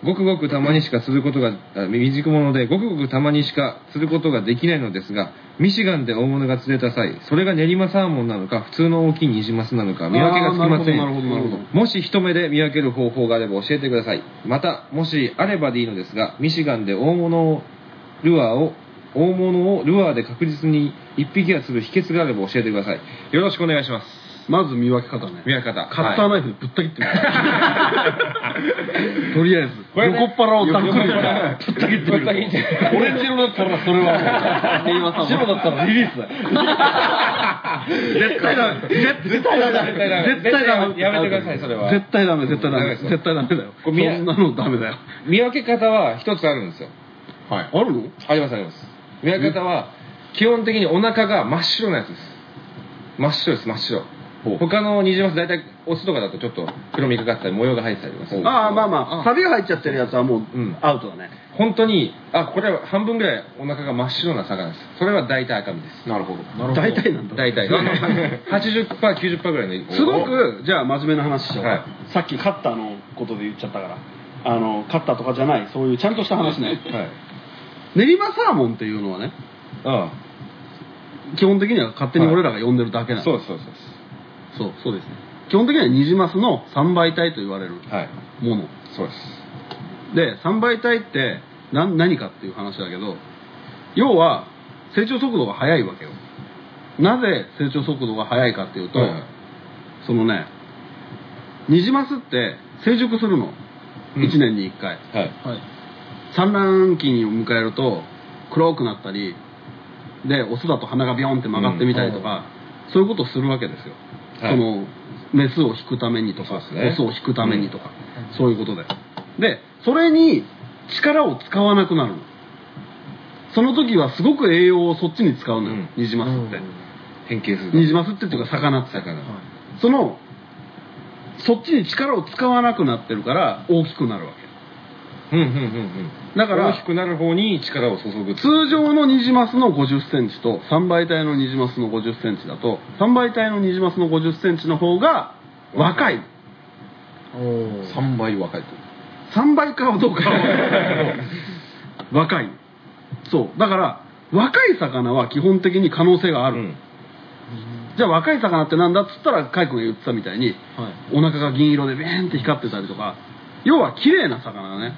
A: ごくごくたまにしかすることがあ未熟者でごくごくたまにしかすることができないのですがミシガンで大物が釣れた際それが練馬サーモンなのか普通の大きいニジマスなのか見分けがつきませ
B: あーなるほどなるほどなる
A: んもし一目で見分ける方法があれば教えてくださいまたもしあればでいいのですがミシガンで大物をルアーを大物をルアーで確実に1匹が釣る秘訣があれば教えてくださいよろしくお願いします
B: まず見分け方ね
A: 見分け方
B: カッターナイフでぶった 切ってみるとりあえず
A: これね
B: 横っ腹をタックル
A: 横
B: ぶった切ってみる
A: ぶった切って
B: オレンジ色だったらそれ は
D: 練馬さんも
B: 白だったらリリースだよ絶対ダメ絶対ダメ
A: 絶対ダメ
B: 絶対ダメ
A: やめてくださいそれは
B: 絶対ダメ絶対ダメ
A: ダメですよ
B: 絶対ダメだよ
A: こ
B: そ
A: れ見え
B: んなのダメだよ
A: 見分け方は一つあるんですよ
C: はい
B: あるの
A: ありますあります見分け方は基本的にお腹が真っ白なやつです真っ白です真っ白
B: ほう
A: 他のニジマス大体オスとかだとちょっと黒みがかったり模様が入ってたりとかする
B: ああまあまあサビが入っちゃってるやつはもう
A: うん
B: アウトだね
A: 本当にあこれは半分ぐらいお腹が真っ白な魚ですそれは大体赤身です
C: なるほどな
B: 大体なんだ
A: 大体 80%90% ぐらいの
B: すごくじゃあ真面目な話しよう、
A: はい
B: さっきカッターのことで言っちゃったからあのカッターとかじゃないそういうちゃんとした話ね
A: はい
B: 練馬サーモンっていうのはね
A: あ
B: 基本的には勝手に俺らが呼んでるだけ
A: あ
B: なの、
A: そうそうそうそ
B: そうそうですね基本的にはニジマスの3倍体と言われる
A: うはい
B: もの
A: そうです
B: で3倍体って何何かっていう話だけど要は成長速度が速いわけよなぜ成長速度が速いかっていうと、
A: はいはい
B: そのねニジマスって成熟するの、
A: うん
B: 1年に1回
A: はい
D: はい
B: 産卵期を迎えると黒くなったりでオスだと鼻がビヨンって曲がってみたりとか、そういうことをするわけですよ、
A: はい
B: そのメスを引くためにと
A: そう
B: か
A: です、ね
B: オスを引くためにとか、
D: うん
B: そういうことででそれに力を使わなくなるのその時はすごく栄養をそっちに使うのよ、
A: うん
B: ニジマスって、
A: 変形する
B: ニジマスってっていうか魚って
A: 魚
B: そのそっちに力を使わなくなってるから大きくなるわけ
A: うんうんうんうん
B: だから
A: 大きくなる方に力を注ぐ
B: 通常のニジマスの5 0センチと3倍体のニジマスの5 0センチだと3倍体のニジマスの5 0センチの方が若い
D: おー
C: 3倍若いと
B: 3倍かどうか は若いそうだから若い魚は基本的に可能性があ
A: あ
B: る、じゃあ若い魚ってなんだっつったらカイ君が言ってたみたいにお腹が銀色でビーンって光ってたりとか要は綺麗な魚だね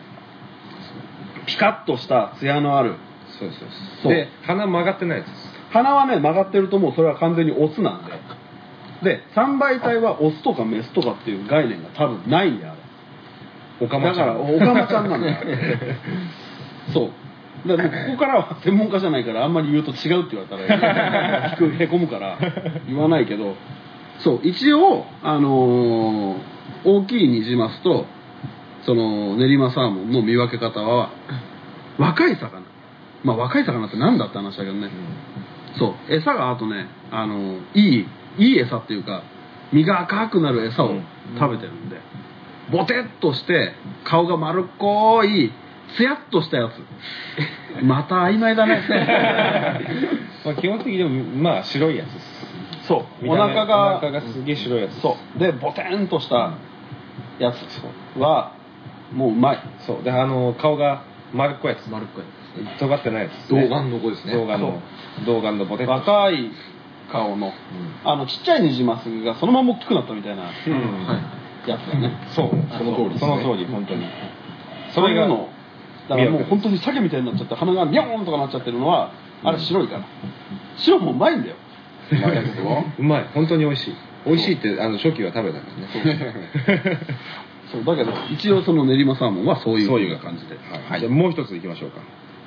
B: ピカッとした艶のある
A: そうですそうです
B: そう
A: で鼻曲がってないやつです
B: 鼻はね曲がってるともうそれは完全にオスなんでで三倍体はオスとかメスとかっていう概念が多分ないんだよあれ
A: おかま
B: だ
A: ち
B: か
A: ゃん
B: らオカマちゃんなんだよそうだからもうここからは専門家じゃないからあんまり言うと違うって言われたら聞くへこむから言わないけどそう一応、あのー大きいニジマスとその練馬サーモンの見分け方は若い魚まあ若い魚って何だって話だけどね、そう餌があとね、あのーいいいい餌っていうか身が赤くなる餌を食べてるんで、ボテッとして顔が丸っこいツヤっとしたや つまた曖昧だね
A: まあ、基本的にでもまあ白いやつです
B: そう
A: 見
B: お
A: た目
B: 腹が
A: お腹がすげえ白いやつです
B: そうでボテンとしたやつはもううまい
A: そうであの顔が丸っこいやつ
D: 丸っこい
A: 尖ってないやつ
C: 童顔の子ですね
A: 童顔の童顔のボテッとした
B: 若い顔のあのちっちゃいニジマスがそのまま大きくなったみたいなや
A: うん、
C: は
B: つだね
A: そう
C: その通りですね
A: その通り本当に
B: それ
A: そ
B: が
A: ういうの
B: だからもう本当に鮭みたいになっちゃって鼻がミャーンとかなっちゃってるのはあれ白いから、白もうまいんだよ
C: いまあやつは
A: うまい本当に美味しい美味しいってあの初期は食べたからね
B: そうだけど一応その練馬サーモンはそういう
A: そういう
B: 感じで
A: はい、じゃあもう一ついきましょうか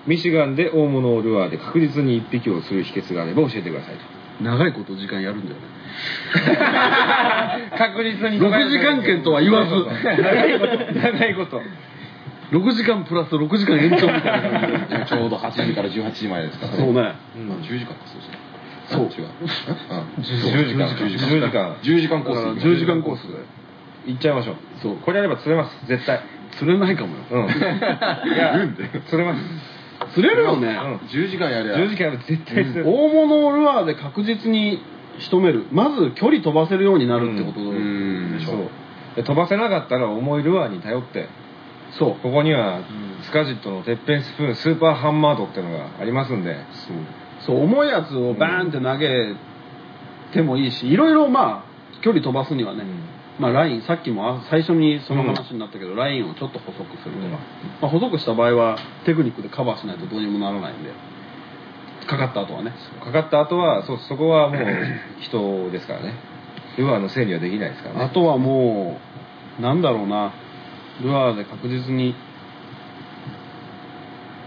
A: ミシガンで大物をルアーで確実に一匹を釣る秘訣があれば教えてくださいと
B: 長いこと時間やるんだよね
A: 確実
B: に六時間券とは言わず
A: 長いこと長い こと
B: 6時間プラス6時間延長みたいな感
C: いちょうど8時から18時前ですから
B: じそうね
C: まあ10時間かそうですね
B: そう
C: 違う
A: 10時間
C: 10時間10時間コース
B: 10時間コースで
A: 行っちゃいましょう
B: そう
A: これやれば釣れます絶対
B: 釣れないかもよ
A: うんいや釣れます
B: 釣れるよね、
A: うん
C: 10時間やれ
A: 10時間やれば絶対釣れ
B: 大
A: る
B: 物をルアーで確実に仕留めるまず距離飛ばせるようになるってこと
C: うん
B: でしょ、
A: そうで飛ばせなかったら重いルアーに頼って
B: そう
A: ここにはスカジットのてっぺんスプーンスーパーハンマードっていうのがありますんで
B: そう重いやつをバーンって投げてもいいしいろいろまあ距離飛ばすにはね、
A: うん
B: まあ、ラインさっきもあ最初にその話になったけど、ラインをちょっと細くするとか、
A: うん
B: まあ、細くした場合はテクニックでカバーしないとどうにもならないんでかかった後はね
A: かかった後はそうそこはもう人ですからねルアーのせいにはできないですから
B: あ
A: ね
B: とはもうなんだろうなルアーで確実に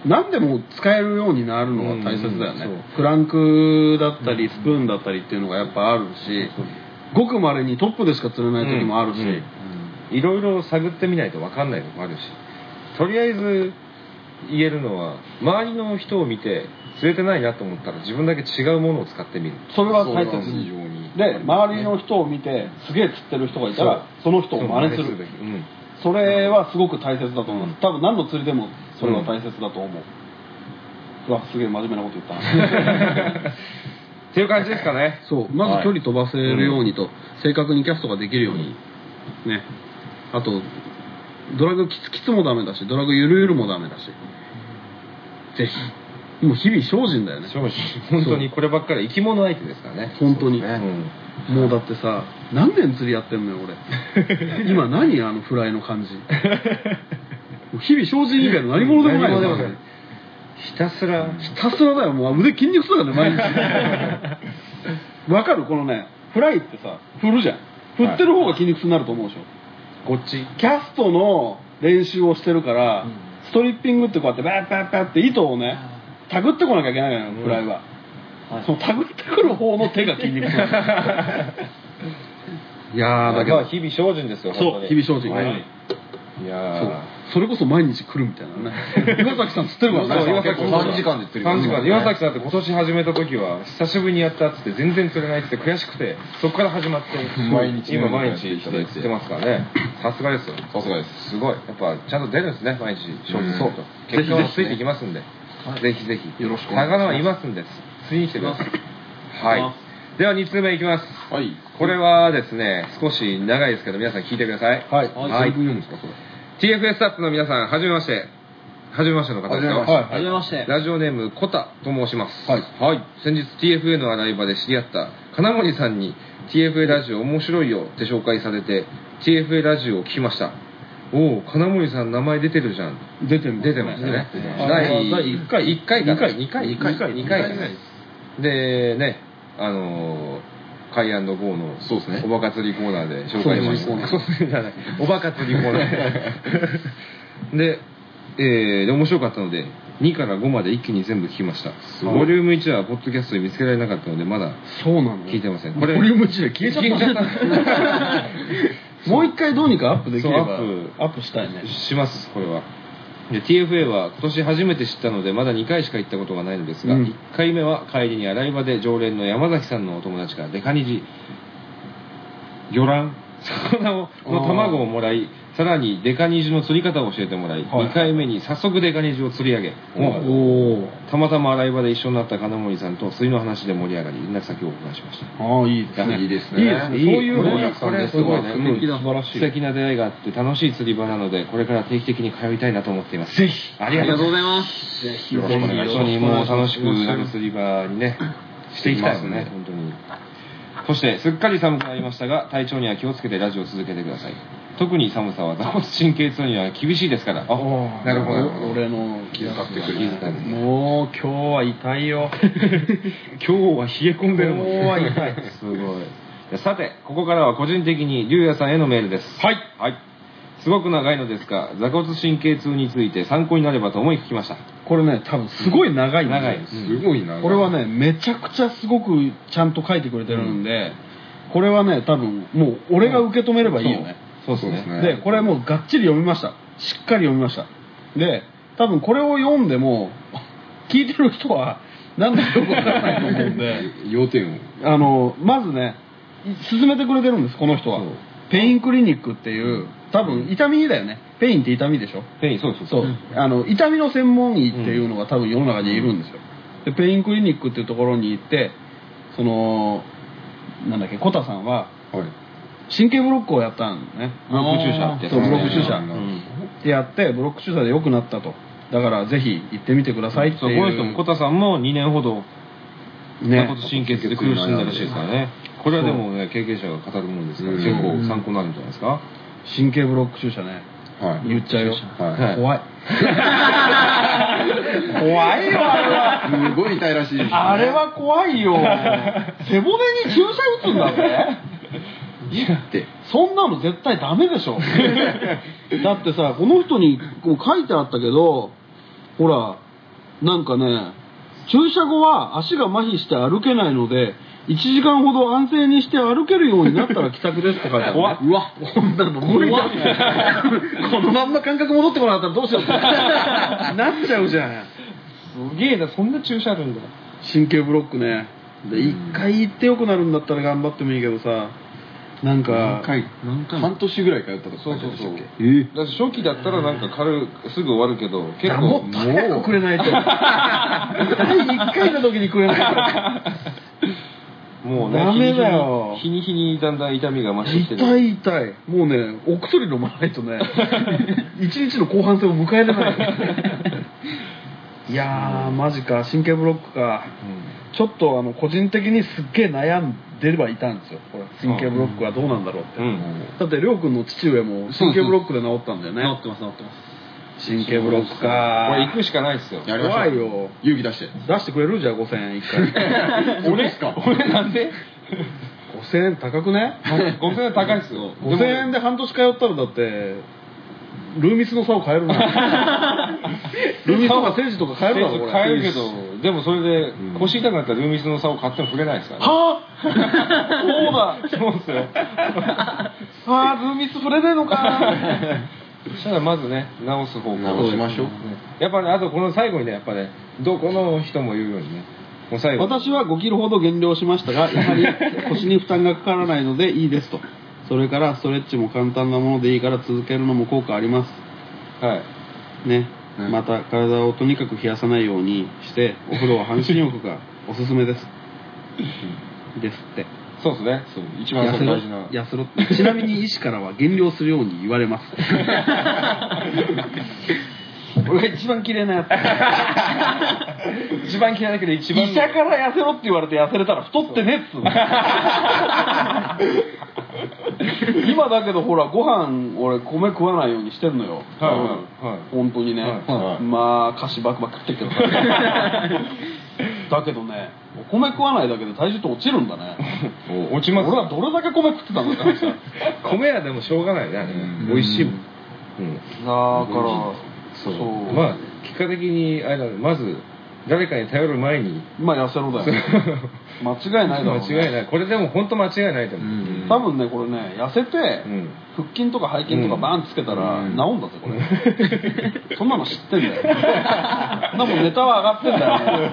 B: 何でも使えるようになるのは大切だよね、
A: うんうんそう
B: クランクだったりスプーンだったりっていうのがやっぱあるし、ごくまれにトップでしか釣れない時もあるし、
A: うんうんいろいろ探ってみないと分かんないのもあるしとりあえず言えるのは周りの人を見て釣れてないなと思ったら自分だけ違うものを使ってみる
B: それは大
C: そうな
B: 切
C: んです非常に
B: で周りの人を見てすげえ釣ってる人がいたらその人を真似す
A: べ
B: る
A: きうん
B: それはすごく大切だと思います多分何の釣りでもそれ
A: う
B: は
A: ん
B: 大切だと思う、うわすげえ真面目なこと言ったな
A: っていう感じですかね
B: そうまず距離飛ばせるようにと、正確にキャストができるようにねあとドラグキツキツもダメだしドラグゆるゆるもダメだしぜひもう日々精進だよね
A: 正直本当にこればっかり生き物相手ですからね
B: 本当に、
A: う
C: ね
A: ん
B: もうだってさ何年釣りやってんの よ俺今何あのフライの感じもう日々精進以外の何者でもないよ
A: 何者でもないひたすら
B: ひたすらだよもう腕筋肉痛だね毎 日わかるこのねフライってさ振るじゃん振ってる方が筋肉痛になると思うでしょ、
A: こっち
B: キャストの練習をしてるから、ストリッピングってこうやってバッバッバッって糸をねたぐってこなきゃいけないのよ、
A: うん
B: フライは、そのたぐってくる方の手が筋肉痛 いやーだけ
A: ま
B: ど
A: あ日々精進ですよ
B: そ
A: 本
B: う
A: 当
B: 日
A: に
B: 々精進、
A: はいい
B: そう
A: や
B: それこそ毎日来るみたいなね岩崎さん釣ってるからね
A: そう岩崎
C: 結構3時間で釣り
A: 3時間で岩崎さ
C: さ
A: んって今年始めた時は久しぶりにやったっつって全然釣れないっつって悔しくてそこから始まって
C: 毎日
A: 今毎日して釣ってますからねさすがですよ
C: さすがです
A: すごいやっぱちゃんと出るんですね毎日勝負
C: そう
A: と結果はついてきますんでぜひぜひ
C: よろしくお願いします
A: 魚はいますんです釣りに来てくださいは
B: お願い
A: い
B: し
A: では2通目いきます
C: はい
A: これはですね少し長いですけど皆さん聞いてください
B: はい
A: はい
C: 読むんですかそれ
A: TFS スタッフの皆さんはじめましてはじめましての方ですよ
C: はじめまして
B: はじめまして
A: ラジオネームコタと申します
B: はい
A: 先日 TFA の洗い場で知り合った金森さんに TFA ラジオ面白いよって紹介されて TFA ラジオを聞きましたおお金森さん名前出てるじゃん
B: 出てる
A: 出てましたね
C: 出てま
B: した
A: 第
B: 第
A: 1回1回か2回2
B: 二回
A: 回
B: 二
A: 2
B: 回
A: 回でねあのー海岸のゴーの
C: そうですね
A: おバカ釣りコーナーで紹介しましたね
B: そう
A: そう釣りじゃない おバカ釣りコーナーで、えーで面白かったので2から5まで一気に全部聞きました
B: ごい
A: ボリューム1はポッドキャストで見つけられなかったのでまだ
B: そうなの
A: 聞いてません
D: ボ
A: こ
D: リ
A: れ
D: ューム1で消えちゃっ
A: 聞いちゃった た
B: もう一回どうにかアップできれば
A: そうアッ
B: アップしたいね
A: しますこれはで TFA は今年初めて知ったのでまだ2回しか行ったことがないのですが、
B: うん
A: 1回目は帰りに洗い場で常連の山崎さんのお友達からデカニジ魚卵 魚をの卵をもらいさらにデカニジの釣り方を教えてもらい、
B: はい
A: 2回目に早速デカニジを釣り上げ、
B: おお
A: たまたま洗い場で一緒になった金森さんと釣りの話で盛り上がり連絡先を交換しました
B: ああいいですね
C: いいです
B: い
C: ね
B: いですね
A: いい
B: そういう
A: これ
B: これ
A: これ
B: す
A: す
B: ごい
A: ごい
B: 素敵だ素晴らし
A: 素
B: い
A: 敵な出会いがあって楽しい釣り場なのでこれから定期的に通いたいなと思っています
B: ぜひ
A: あ
C: あ
A: りが
C: りが
A: と
C: と
A: う
C: う
A: ご
C: ご
A: ざ
C: ざ
A: いま
C: いますす。
A: ぜひよろしくお願いします本当にもう楽しくなる釣り場にねしていきたいですね本当にそしてすっかり寒くなりましたが体調には気をつけてラジオを続けてください特に寒さは座骨神経痛には厳しいですからあな
B: な
A: るほどなるほど
B: 俺の気遣
C: 遣って
A: れ
C: く
A: る
B: もう今日は痛いよ
A: 今日は冷え込んでるもん
B: 今日は痛い
A: すごい さてここからは個人的に龍也さんへのメールです
B: はい
A: はいすごく長いのですが座骨神経痛について参考になればと思い聞きました
B: これね多分すごい長いんで
A: 長い
C: すごいな。
B: これはねめちゃくちゃすごくちゃんと書いてくれてるんで、これはね多分もう俺が受け止めればいいよね、
A: そうです
C: そうです
A: ね
C: ね
B: でこれもうがっちり読みましたしっかり読みましたで多分これを読んでも 聞いてる人は何だかよくわからないと思うん で
C: 要点を。
B: あのまずねい勧めてくれてるんですこの人は
A: そう
B: ペインクリニックっていう多分痛みだよねペインって痛みでしょ
A: ペインそうです
B: そう、あの痛みの専門医っていうのが多分世の中にいるんですよ、でペインクリニックっていうところに行ってそのなんだっけコタさんは
C: はい。
B: 神経ブロックをやったんね
A: ブロック注射ってやつ
B: そうブロック注
A: う
B: 射
A: ん
B: でやってブロック注射で良くなったとだからぜひ行ってみてくださいって
A: そう
B: いう
A: この人もコタさんも2年ほど座
B: ね
A: 骨神経痛で苦しんだらしいですからねこれはでもね経験者が語るものですから
C: うん
A: 結構参考になるんじゃないですか
B: 神経ブロック注射ね
C: はい。
B: 言っちゃうよ
C: は。
A: はい
B: 怖い 怖いよあれはい
C: すごい痛いらしいですね。
B: あれは怖いよ背骨に注射打つんだぜ
C: いやって。
B: そんなの絶対ダメで しょだってさこの人にこう書いてあったけどほらなんかね注射後は足が麻痺して歩けないので1時間ほど安静にして歩けるようになったら帰宅ですって書いてある、
A: 怖っ
B: うわこんなの無理だ このまんま感覚戻ってこなかったらどうしようっ てなっちゃうじゃん
D: すげえな、そんな注射あるんだ。
B: 神経ブロックねで1回行ってよくなるんだったら頑張ってもいいけどさなんか
C: 何回、
D: 何回も
C: 半年ぐらい通ったとか
A: そうそうそう
C: 書いて
A: えだって初期だったらなんか軽くすぐ終わるけど結構
B: もっと早くくれないと第1回の時にくれない
A: もうね
B: ダメだよ
A: 日に日に日にだんだん痛みが増
B: と
A: してきて
B: 痛い痛いもうねお薬飲まないと ね一日の後半戦を迎えれ ないいやーマジか神経ブロックか
A: うん
B: ちょっとあの個人的にすっげえ悩んでればいたんですよこれ神経ブロックはどうなんだろうっ
A: う
B: て、
A: ん
B: だってりょうくんの父上も神経ブロックで治ったんだよ
D: 治
B: ね
D: ってます、治ってます。
B: 神経ブロックか
A: これ行くしかないっすよ
C: やりましょう
B: 怖いよ
C: 勇気出して。
B: 出してくれるじゃあ5000円1回
C: 俺ですか
A: 俺なんで
B: 5000円高くね
A: 5000円高いっすよ
B: 5000円で半年通ったらだってルーミスの差を変えるなルーミスとかセージとか変えるだろこれ
A: 買えるけどでもそれで腰痛くなったらルーミスの差を買っても触れないですからね
B: はあそうだ
A: そうですよ
B: あールーミス触れねえのか
A: そしたらまずね直す方
C: 直
A: 法
C: しましょう。
A: やっぱねあとこの最後にねやっぱねどこの人も言うようにねもう最後
B: 私は5キロほど減量しましたがやはり腰に負担がかからないのでいいですとそれからストレッチも簡単なものでいいから続けるのも効果あります
A: はい
B: ね、
C: ね
B: また体をとにかく冷やさないようにしてお風呂は半身浴がおすすめですですって
A: そうですね一番それ大事な
B: 痩せろってちなみに医師からは減量するように言われます 俺が一番嫌いなや
A: 一番嫌いだけど
B: つ
A: 一番
B: 医者から痩せろって言われて痩せれたら太ってねっ つうの今だけどほらご飯俺米食わないようにしてんのよ、
A: はいはいはい
B: 本当にね、
A: はい
B: まあ菓子バクバク食ってるけど だけどねお米食わないだけで体重って落ちるん だね
A: 落ち
B: 俺
A: ます
B: はどれだけ米食ってたんだって話だだか
A: 米はでもしょうがないねあれね
C: うん
A: 美味しいもん
B: らそう
A: まあ聞結果的にあれだねまず誰かに頼る前に
B: まあ痩せろだよね間違いないだろうね、
A: 間違いないこれでも本当間違いないと思う、
C: うん
B: 多分ねこれね痩せて、
A: うん
B: 腹筋とか背筋とかバーンつけたら
C: う
B: 治
C: ん
B: んだぜこ れそんなの知ってんだよでもネタは上が ってんだよね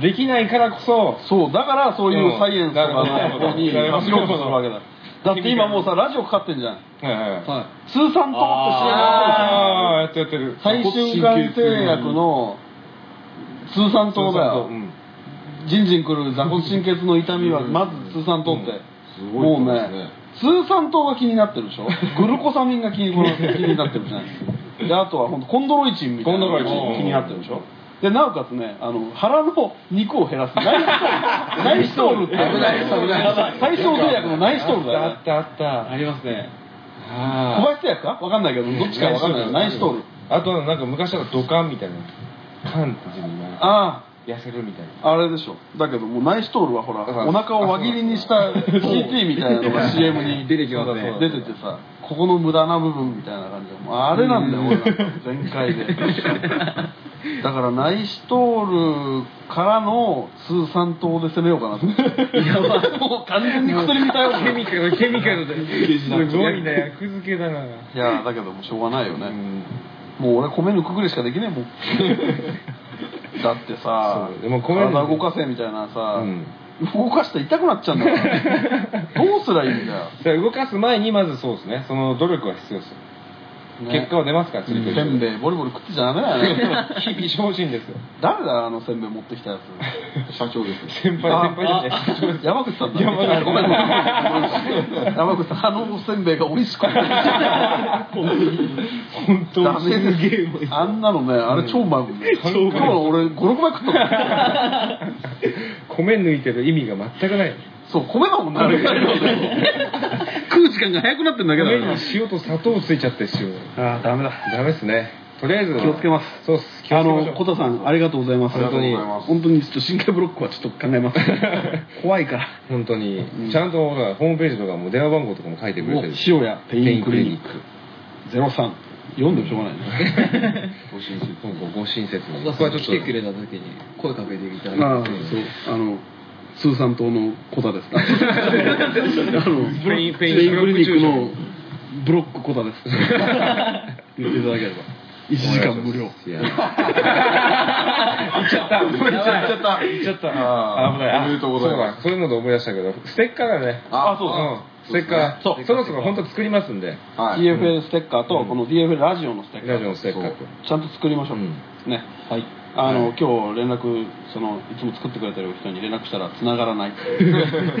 D: できないからこそ
B: そうだからそういうサイエンスとか
A: な
B: の
A: るほ
B: こ
A: ど
B: に出ようとするわけだだって今もうさラジオかかってんじゃん
A: はいはい
D: は
B: 通産トッ
A: ああやってやってる
B: プ CM 最終巻製薬の通産党だよ
A: うん
B: じんじんくる座骨神経痛の痛みはまず通産党って、
C: すごい
B: もう
C: ことです
B: ね
C: ね
B: 通産党が気になってるでしょグルコサミンが気にこの気になってるじゃないですかであとは本当コンドロイチンみたいなの
A: コ
B: が
A: ンドロイチン
B: 気になってるでしょでなおかつねあの腹の肉を減らすナイストールナイストールって
C: 危ない危ない
B: 体操製薬のナイストールだよ、ね、
D: ったあったありますね
B: 小林製薬かわかんないけどどっちかわかんないナイストール
A: あとなんか昔だったらドカンみたいなカンって自分が
B: あ
A: 痩せるみたいな
B: ああれでしょだけどもうナイストールはほら
A: あ
B: お腹を輪切りにした CT みたいなのが CM に
A: 出てきますね
B: 出ててさここの無駄な部分みたいな感じでもうあれなんだよ俺なんか全開で だからナイストールからの通産党で攻めよ うかなと思っていやもう完全に薬みたい
A: ケミカルケミカルだすごいね役付けだない
B: やだけどもうしょうがないよ
A: う
B: ね、
A: ん
B: もう俺米ぬくぐりしかでき ねえもんだってさ
A: そうでも米ぬ
B: 体動かせみたいなさ、
A: うん
B: 動かしたら痛くなっちゃうんだ からどうすりゃいいんだよ、
A: それ動かす前にまずそうですねその努力が必要ですよ
B: ね
A: 結果は出ますから釣り
B: せんべいボリボリ食ってちゃダメだ よね
A: 厳しいんですよ
B: 誰だあのせんべい持ってきたやつ社長です
A: 先輩先輩ですね
B: あ山口さんだ
A: 山口さん
B: ごめんごめん山口さんあのおせんべいが美味しくて
A: 本当
B: ダ
A: に
B: メです
A: すげえうまい
B: あんなのねあれ超うまいもんね今日俺56枚食ったもん
A: 米抜いてる意味が全くない
B: そう米だもんねあれ
C: 食う時間が早くなってんだけど
A: 米に塩と砂糖ついちゃって塩
D: ああダメだ
A: ダメですねとりあえず
D: 気をつけます
A: そうっす気を
D: あ
A: つけましょ
D: の
A: う
D: コタさんありがとうございます
A: ありがとうござい
B: ます
D: 本当にちょっと神経ブロックはちょっと考えます怖いから
A: 本当に、ちゃんとほらホームページとかも電話番号とかも書いてくれてる
D: 塩屋ペインクリニック
A: ペイン
D: 03読んでもしょうがないね
A: ご親切ご親切に
E: 小田さんが来てくれた時に声かけていた
D: あ
E: だ
D: あ
E: いて
D: そうあの通産党のコタ ですかあの
A: ペインペ
D: ペ
A: イン
D: インクリニックのブロックコタです 言っていただければ1時間無料
A: いや
B: 行っちゃった行っちゃった行っちゃった
A: あ危ない
C: おめでとうございます
A: そうだそういうので思い出したけどステッカーがね
B: あそうだ
A: ん、ステッカー
B: そ
A: そうそろそろ本当作りますんで
C: はい
B: DFL ステッカーとこの DFL ラジオのステッカ
A: ラジオ
B: ー
A: のステッカーと
B: ちゃんと作りましょう、
A: うん
B: ねはいあの、今日連絡そのいつも作ってくれてる人に連絡したら繋がらない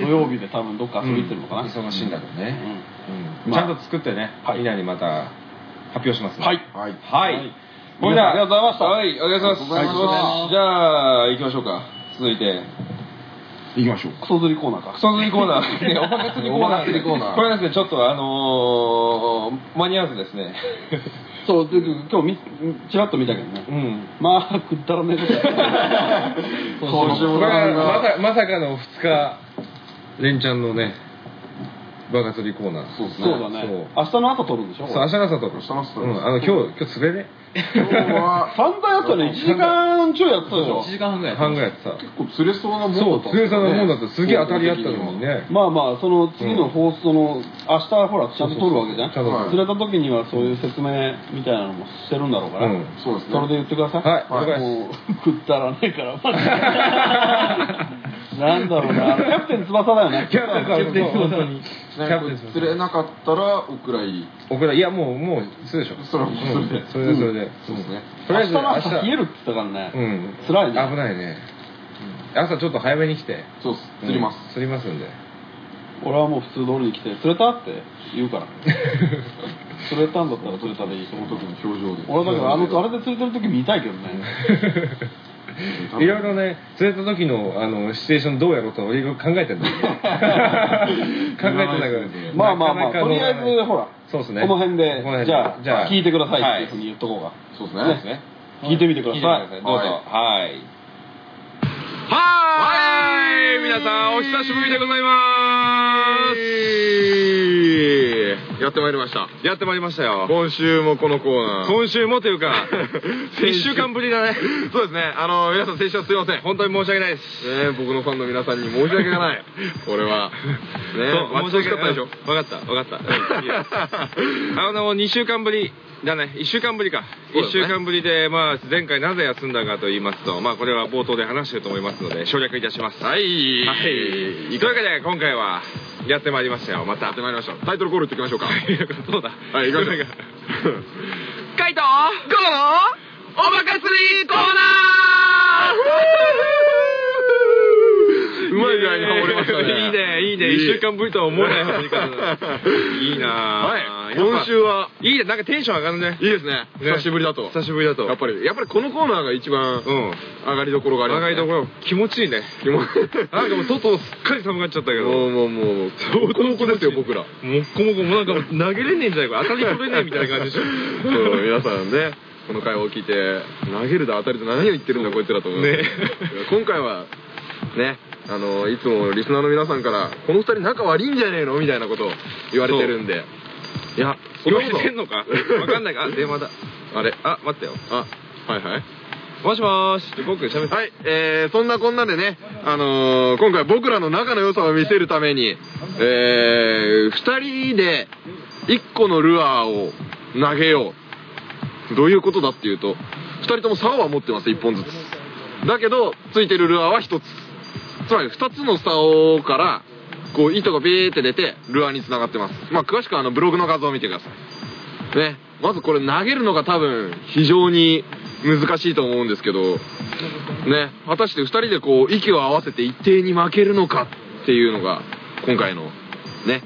B: 土曜日で多分どっか遊びに行ってるのかな、
A: 忙しいんだろうね、
B: う
A: うん
B: んまあ
A: ちゃんと作ってね、
B: はい
A: 以内にまた発表しますね
B: はい
C: はい
A: はい、
B: はい
A: それでは
B: ありがとうございました
A: はいありがとうございます
C: あ
A: じゃあ行きましょうか続いて
C: 行きましょう
B: クソ釣りコーナーか
A: クソ釣りコーナーい やおはが釣りコーナー
C: おはが釣りコーナー
A: これはですねちょっとあのー、間に合わずですね
B: そうで今日みちらっと見たけどね
A: うん
B: まあくだらねえことやってる今週
A: こ
B: も
A: れ
B: なかな
A: は
B: か
A: まさまさかの2日連チャンのねバカ釣りコーナー
C: そうです
B: そうだね明日の朝撮るんでしょ
A: そう明日の朝と
C: 明日の朝撮
A: う
C: る
A: ん、あの今日今日釣れね
C: 今日は
B: 散々やったね1時間ちょいやってたでしょ
E: 1時間半ぐらい
A: 半ぐらいやってさ
C: 結構釣れそうなもんだ
A: そう
C: った
A: 釣れそうなもんだったすげえ当たりあったのにね
B: まあまあその次の放送の、明日ほらちゃんと撮るわけじゃん
A: ちゃんと
C: はい
B: 釣れた時にはそういう説明みたいなのもしてるんだろうから、
A: うん
C: そうですね
B: それで言ってください
A: はい了
B: もう
A: 解
B: 食ったらねえからマ ジでなんだろうなキャプテン翼だよね
A: キャプテンさん
D: キャプテン翼
A: そう
C: ちなみにこれ釣れなかったらお蔵入り
A: 僕らいやもうもうするでしょ
C: それはもうそれで
A: うんそれでそれで、
C: そうですね
A: とりあえ
B: 明
A: ず
B: 日
A: 明
B: の朝
A: 日
B: 冷えるって言ったから
A: う
B: ね、
A: ん
B: 辛いね
A: 危ないね朝ちょっと早めに来て
C: そうです釣ります
A: うん釣りますんで
B: 俺はもう普通通りに来て釣れたって言 うから釣れたんだったら釣れたでいいと
C: その
B: 思う
C: 時の表情で
B: 俺だからあのあれで釣れてる時見たいけどね
C: 多分
A: いろいろね釣れた時のあのシチュエーションどうやろうと俺いろいろ考えてんだよ考えて んだけど
B: まあまあまあ
A: なかなか
B: とりあえず
A: 乗らない
B: ほら
A: そうですね
B: この辺で
A: この辺で
B: じゃあ
A: じゃあ
B: 聞いてくださいっ
A: は
B: て
A: い
B: いうふうに言っとこうか、
C: そうです
A: そうです
C: ね
A: ね
B: 聞いてみてくだ
A: 聞いて
B: さい
A: くださいどうぞ
C: はい
A: はいはい皆さんお久しぶりでございます
C: やってまいりました
A: やってまいりましたよ
C: 今週もこのコーナー
A: 今週もという か
C: 先
A: 1
C: 週
A: 週間ぶりだね
C: そうですねあの皆さん先週はすいませんね
A: 本当に申し訳ないです
C: 僕のファンの皆さんに申し訳 がないこれはね
A: そう
C: 待ち遠しかったでしょ
A: 分かった分かったうんいいよ あの2週間ぶりだね1週間ぶりか、
C: そう
A: 一
C: だね
A: 1週間ぶりで、まあ、前回なぜ休んだかと言いますと、まあ、これは冒頭で話してると思いますので省略いたします
C: はい
A: はい、と
C: い
A: い
C: いうか
A: わけで今回はやってまいりましたよまた
C: やってまいりましたタイトルコールいってきましょうか
A: そうだ
C: はい行きましょう
A: カイトゴーおまかすりコーナー
C: うまいぐらいにハモれましたね
A: いいねいいね1週間ぶりとは思えないハモり方だいいな
C: は
A: ぁ
C: い
A: やっぱ
C: 今週はい
A: いねなんかテンション上がるね
C: いいですね
A: ね
C: 久しぶりだと
A: 久しぶりだと
C: やっぱりやっぱりこのコーナーが一番
A: うん
C: 上がりどころがあり
A: 上
C: ま
A: が
C: す
A: り
C: ね
A: どころ気持ちいいね
C: 気持ち
A: なんかもう外すっかり寒がっちゃったけど
C: もうもうもう相当こですよ僕ら
A: もっこもこもうなんか投げれねえんじゃないか当たり取れねえみたいな感じでしょ
C: そう皆さんねこの会話を聞いて投げるだ当たりだ何を言ってるんだこいつらと思う
A: ね
C: 今回はねあのいつもリスナーの皆さんからこの二人仲悪いんじゃねえのみたいなことを言われてるんでいやそ
A: 言わ
C: れ
A: れ
C: こそ
A: てんのかわかんないかあ電話だ
C: あれ
A: あ待ってよ
C: あはいはい
A: もしもーしって僕喋って
C: はい、えー、そんなこんなでね、あのー今回僕らの仲の良さを見せるために、えー、2人で1個のルアーを投げよう。どういうことだっていうと、2人とも竿は持ってます、1本ずつ。だけど、ついてるルアーは1つ。つまり2つの竿から、こう糸がビーって出て、ルアーに繋がってます。まあ、詳しくはあのブログの画像を見てください。ね、まずこれ投げるのが多分非常に難しいと思うんですけど、ね、果たして2人でこう息を合わせて一定に負けるのかっていうのが今回のね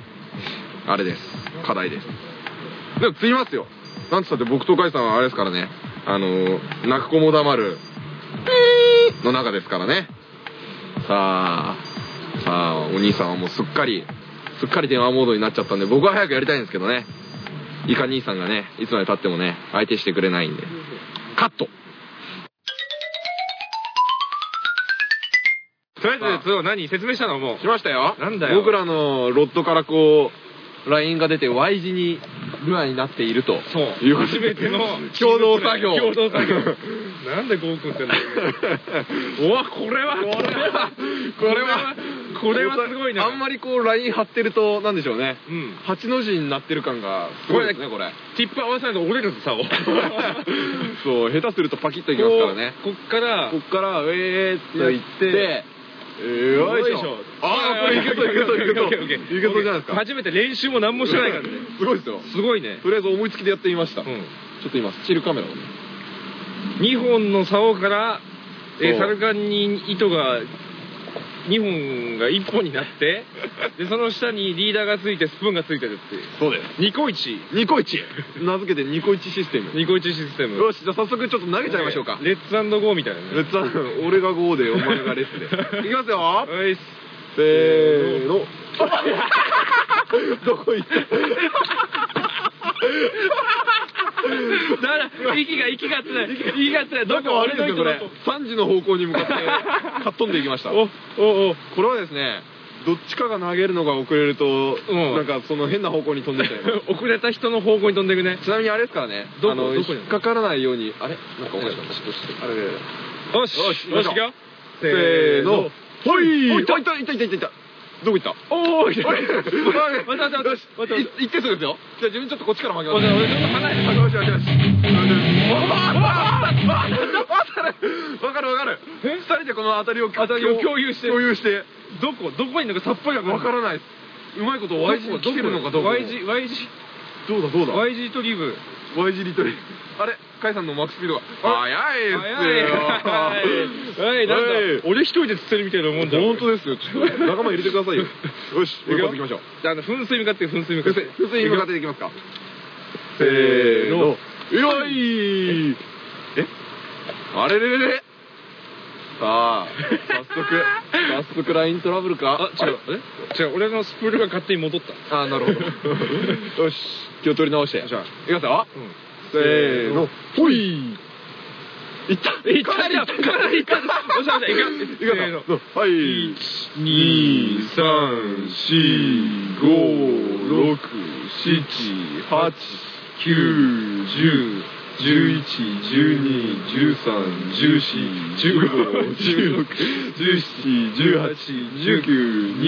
C: あれです課題ですでも釣りますよなんつったって僕と甲斐さんはあれですからねあのー泣く子も黙るピーの中ですからねさあさあお兄さんはもうすっかりすっかり電話モードになっちゃったんで僕は早くやりたいんですけどねイカ兄さんがねいつまでたってもね相手してくれないんでカット
A: とりあえずそれを何説明したのもう
C: しましたよ
A: なんだよ
C: 僕らのロッドからこうラインが出て Y 字にルアーになっていると
A: そう
C: いう
A: 初めての
C: 共同作業
A: 共同作 業なんで合コンってんだよおわこれはこれは
C: これは
A: これはすごいな
C: あんまりこうライン張ってるとなんでしょうね
A: うん
C: 八の字になってる感がすごいですねこれ
A: ティップ合わせないと折れるぞ さを
C: そう下手するとパキッといきますからね
A: こうこっから
C: こっからウェーっと行っ
A: やって
C: てよいしょああこれいけそういけそういけそう
A: オッケーオッケー
C: いけそうじゃないですか
A: 初めて練習も何もしてないからね
C: すごいですよ
A: すごいね
C: とりあえず思いつきでやってみました、
A: う
C: ち
A: ん
C: ょっと今スチールカメラをね
A: 2本の竿から、えー、
C: そう
A: サルカンに糸が2本が1本になってでその下にリーダーがついてスプーンがついてるっていう
C: そうです
A: ニコイチ
C: ニコイチ名付けてニコイチシステム
A: ニコイチシステム
C: よしじゃあ早速ちょっと投げちゃいましょうか
A: レッツゴーみたいな
C: レ
A: ね
C: ッツアン俺が5でお前がレスで いきますよ
A: おいっす
C: せー のどこ行った
A: だから息が息がつない息がつないど
C: 仲
A: こ
C: 悪いですよこれ3時の方向に向かってかっ飛んでいきま したこ
A: おおお
C: れはですねどっちかが投げるのが遅れると、
A: うん
C: なんかその変な方向に飛んでっちゃ います
A: 遅れた人の方向に飛んでいくね
C: ちなみにあれですからね
A: どこ
C: あの
A: どこに
C: 引っかからないようにあれなんかおかしかったあれれれ
A: よし
C: よし
A: よし行くよ
C: せーのほ
A: お
C: い
A: い
C: お
A: い
C: い
A: た
C: たいたいたいたいたいたどこ行った
A: おおい
C: あれ
A: 待って待って待って待って待って
C: い行ってそうですよじゃあ自分ちょっとこっちから負け
A: おい
C: ます
A: おいおい離れ
C: あよしよしよしわかるわかる
A: え
C: 二人でこの当たりを
A: 当たりを共有して
C: 共有して
A: どこどこにいるのかさっぱりわかんない
C: わからないですうまいこと Y 字に来てるのかどうか
A: Y 字 Y 字
C: どうだどうだ
A: Y 字トリブ
C: Y 字リトリあれ甲斐さんのマックススピードが速いっすよ
A: はいなんだ俺一人で釣ってるみたいなもんじゃん
C: 本当ですよちょっと仲間入れてくださいよよし
A: 行くよ
C: 一発いきましょう
A: あの噴水向かって噴水向か
C: 風
A: って
C: 船風船に向かっていきますかせーのよいえあれれれれさあ早速早速ライントラブルか
A: あ違うえ違う俺のスプールが勝手に戻った
C: あなるほどよし気を取り直していきますよ
A: うん
C: せーのほいいったいったりいったりいった
A: よっしゃよっしゃいくよせーの
C: はい二三四五六七八九十十一十二十三十四十五十六十七十八十九二十二十一二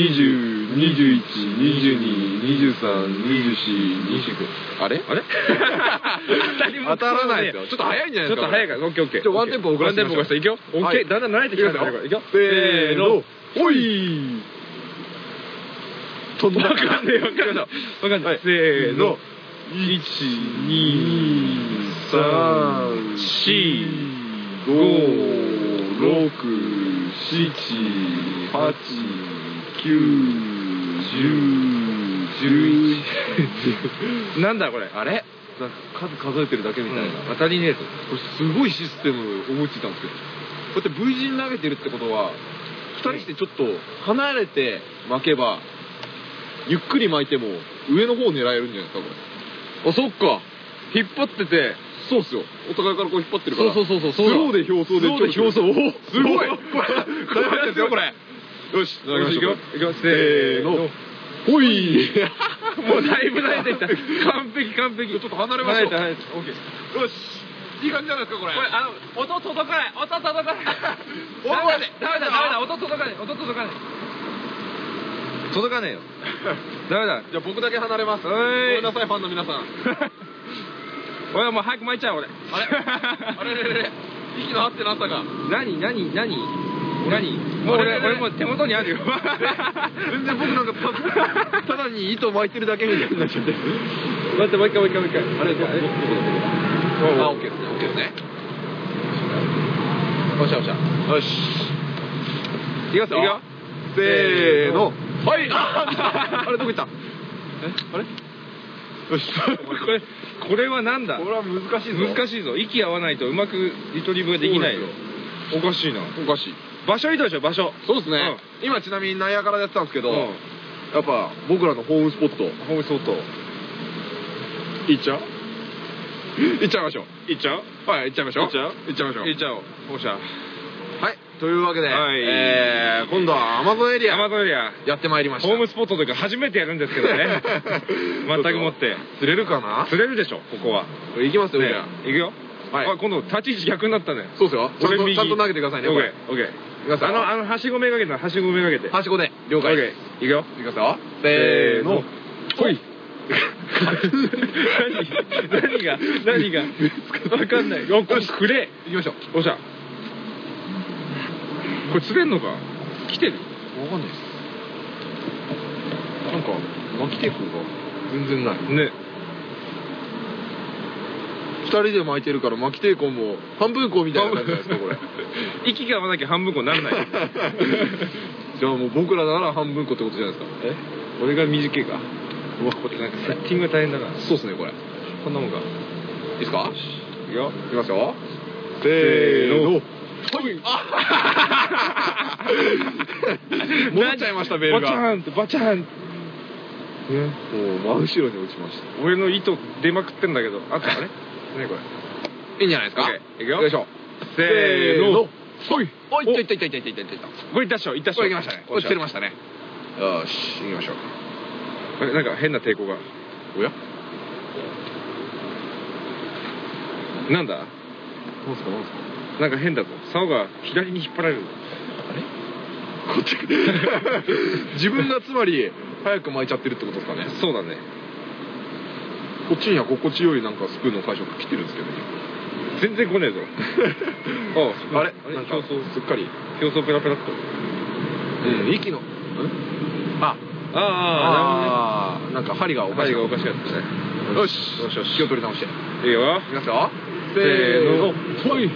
C: 十二二十三二十四二十五あれあれ当たらないですよちょっと早いんじゃない
A: ちょ
C: ですか
A: っと早いからオッケーオッケー
C: ちょワンテンポ遅らせましょう
A: ワンテンポ遅らせていくよオッケ
C: はい
A: ーだんだん慣れてきたからいくよ
C: せーのほい
A: わかんないわかんないわかんないせーの
C: 1234567891011
A: なんだこれ
C: あれなんか数数えてるだけみたいな、
A: 当たりねえぞ
C: これすごいシステム思いついたんですけどこうやって V 字に投げてるってことは2人してちょっと離れて巻けばゆっくり巻いても上の方を狙えるんじゃないですかこれあそっか
A: 引っ張ってて
C: そうっすよお互いからこう引っ張ってるか
A: そうそう
C: らう
A: そうそう
C: スローで表層
A: ス
C: で
A: ローで表層
C: おーすごい
A: おー
C: これこれやですよこれよし
A: よしいくよいくよせ
C: せー
A: ー
C: の
A: の
C: ほい
A: もうだいぶ慣れてき た完璧完璧
C: ちょっと離れましょ
A: 慣
C: う
A: れた慣れたオッケー
C: よしいい感じじゃないですかこれ
A: これあの音届かない音届かないダメだダメだダメだ音届かない音届かない届かねえよダメだ
C: じゃあ僕だけ離れますご
A: はーい
C: めん なさいファンの皆さん
A: 俺はもう早く巻いちゃう俺
C: あれあれれれれ息の合ってなさが
A: 何何何何もう
C: あれ
A: 俺
C: れれ
A: 俺もう手元にあるよ
C: 全然僕なんかたただに糸巻いてるだけみたいになっちゃって
A: 待ってもう一回もう一回もう一回あれあれ
C: あオッケーですねオッケーですねおっしゃおっしゃよし
A: いきますよいくよ
C: せーの はいあ
A: あ
C: あれどこ行った
A: あれ
C: よし
A: これこれはなんだ
C: これは難しいぞ
A: 難しいぞ息合わないとうまくリトリーブができないよおかしいな
C: おかしい
A: 場所移動でしょ場所
C: そうですね、今ちなみにナイアガラでやってたんですけど、
A: うん
C: やっぱ僕らのホームスポット
A: ホームソート
C: 行っちゃう行っちゃいましょう
A: いっちゃう
C: はい行っちゃいましょう
A: 行っちゃう
C: 行っちゃいましょう
A: いっちゃおう放射
C: はいというわけで、
A: はい
C: えー今度はアマゾンエリア
A: アマゾンエリア
C: やってまいりました
A: ホームスポットというか初めてやるんですけど ね全くもって
C: 釣れるかな
A: 釣れるでしょここは
C: 行きますよ、
A: ね
C: じゃ
A: いくよ
C: あはい
A: あ今度立ち位置逆になったね
C: そうですよちゃん
A: 俺
C: と
A: 右
C: ちゃんと投げてくださいね
A: オッ
C: こ
A: ケ
C: れ
A: ーオッケ
C: いきます
A: ーあ
C: よ
A: のあのはしごめがけてはしごめがけて
C: はしごで了解です
A: オッケーいくよ
C: いきますよせーの
A: ほい何が何が分かんないよこくれ
C: 行きましょう
A: おっしゃこれ釣れんのか来てる
C: わかんないですなんか巻きテープが全然ない
A: ね
C: 二人で巻いてるから巻き抵抗も半分こうみたいな感じじゃないですかこれ
A: 息が合わなきゃ半分こになん ない
C: じゃあもう僕らなら半分こってことじゃないですか
A: え俺が短いかうわこれなんかセッティングが大変だな
C: そうっすねこれい
A: こんなもんか
C: いですか
A: いくよ
C: いきますよせ
A: ーの
C: あ戻っちゃいましたベール
A: バチ
C: が
A: ャンとバチャン
C: もう真後ろに落ちました
A: 俺の糸出まくってんだけどあった かねねこれ
C: いいんじゃないですか
A: オッケーいくよ
C: よいしょ
A: せーの
C: ほいおい
A: お
C: いったいったいったいったいったいったこ
A: これいったっしょいったっしょ
C: れいきましたねこれ釣れましたねよし行きましょう
A: あれなんか変な抵抗が
C: おや
A: なんだ
C: どうすかどうすか
A: なんか変だぞ竿が左に引っ張られる
C: こっち自分がつまり早く巻いちゃってるってことですかね
A: そうだね
C: こっちには心地よいなんかスプーンの感触来てるんですけどね
A: 全然来 ねえぞあ
C: あれ
A: な
C: なんん
A: か
C: かすっかり
A: 表層ペラペラっと
C: うん息のんあ
A: ああ
C: あーなんか針がおか
A: 針
C: しい
A: がおかしかったね
C: よし
A: よしよし
C: 気を取り直していき
A: いいよ
C: ますよ
A: せーの
C: ほい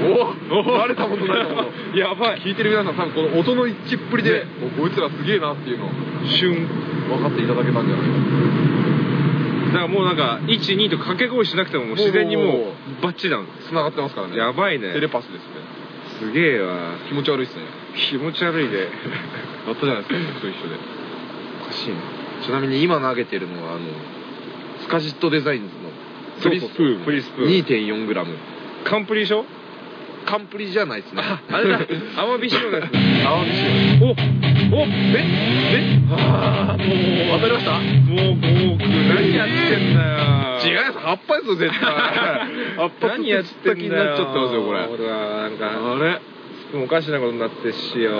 C: おお慣れたもの慣れたもの
A: やばい
C: 聞いてる皆さん多分この音の一致っぷりで、もうこいつらすげえなっていうのを
A: シュン
C: 分かっていただけたんじゃないか
A: だからもうなんか12と掛け声しなくてももう自然にもうバッチリなの
C: 繋がってますからね
A: やばいね
C: テレパスですね
A: すげえわ
C: 気持ち悪いですね
A: 気持ち悪いで
C: だったじゃないですか僕と一緒でおかしいなちなみに今投げてるのはあのスカジットデザインズのプリスプーン
A: プリスプーン
C: 2.4g
A: カンプリでしょ
C: カンプリじゃないですね。
A: あれだ、アワビシロガス。
C: 青にしよう。おおええあーもう、当たりました
A: もう、もう、何やってんだ
C: 違
A: よ。
C: う葉っぱですよ、 絶対。葉っぱ
A: 何やってんだよ。
C: になっちゃってますよ、これ。
A: ほら、なんか、
C: あれ
A: おかしなことになってっしよ。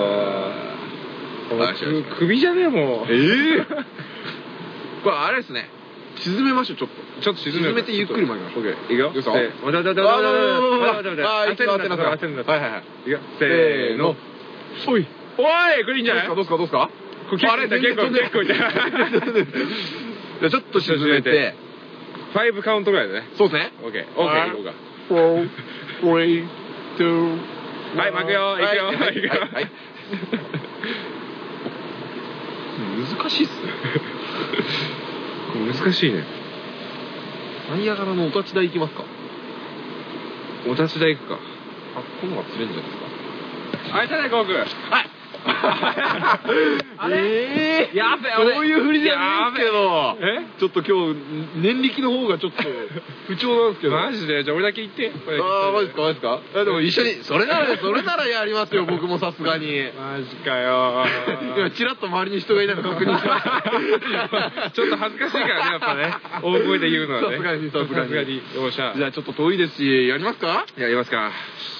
A: この
C: よしよし
A: く首じゃねえも
C: え
A: う。
C: えこれ、あれですね。沈めましょう、ちょっと。
A: ちょっと沈めよう
C: 沈めてゆっくり巻きましょう。
A: オッケーいくよ
C: よいしょ
A: せーの待て待て待て待て待て待て待て待
C: あー、あーいつか当て
A: て
C: な
A: 待
C: さ
A: て
C: はいはいはい。
A: いくよせーの。
C: お
A: お
C: い。
A: いこれいいんじゃない
C: どうですか、どうですか
A: これ結構
C: あれ、
A: 結構結構
C: じ
A: じ
C: ゃ
A: ゃ
C: な
A: ないい
C: じゃあちょっと沈めて。
A: ファイブカウントぐらいだね。
C: そうですね。
A: オッケー、オッケー、行こうか。
C: 4、3、2、
A: はい、巻くよ、行くよ、
C: はい
A: 行くよ。
C: はいはい難しいっすね。
A: これ難しいね。
C: ナイアガラのお立ち台行きますか
A: お立ち台行くか。
C: あ、今度は釣れんじゃないですか
A: はい、ただこうく。
C: あれ えー、
A: やべ
C: そういう振りじゃないですけど
A: え
C: ちょっと今日年力の方が ちょっと不調なんですけど
A: マジでじゃあ俺だけ行って。
C: ああマジですかマジですかあでも一緒にそれならそれならやりますよ僕もさすが に
A: マジか よ
C: 今チラッと周りに人がいないの確認しました
A: ちょっと恥ずかしいからね、やっぱね。大声で言うのはね。
C: さすがにさすがに
A: さすがに。よっしゃ。
C: じゃあちょっと遠いですしやりますか
A: やりますか。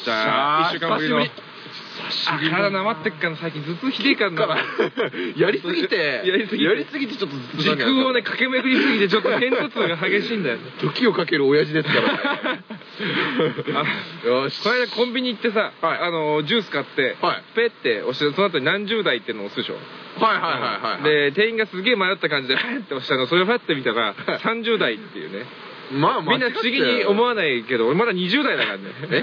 A: じゃあ、一週間ぶりの。
C: 久し
A: あ体なまってっかな、最近頭痛ひでえから
C: ぶり
A: な。
C: やりすぎて
A: やりすぎて
C: やりすぎてちょっとずつ
A: 時空をね、駆け巡りすぎて、ちょっと偏頭痛が激しいんだよね。
C: 時をかける親父ですから
A: あ
C: よし
A: この間コンビニ行ってさ、あのジュース買って、
C: はい
A: ペッて押してその後に何十代っていうのを押すでしょ、
C: はいはいはいはい
A: で店員がすげえ迷った感じでパッて押したのそれをパッて見たら30代っていうね
C: まあ
A: みんな不思議に思
C: う
A: わないけど俺まだ20代だから ね
C: え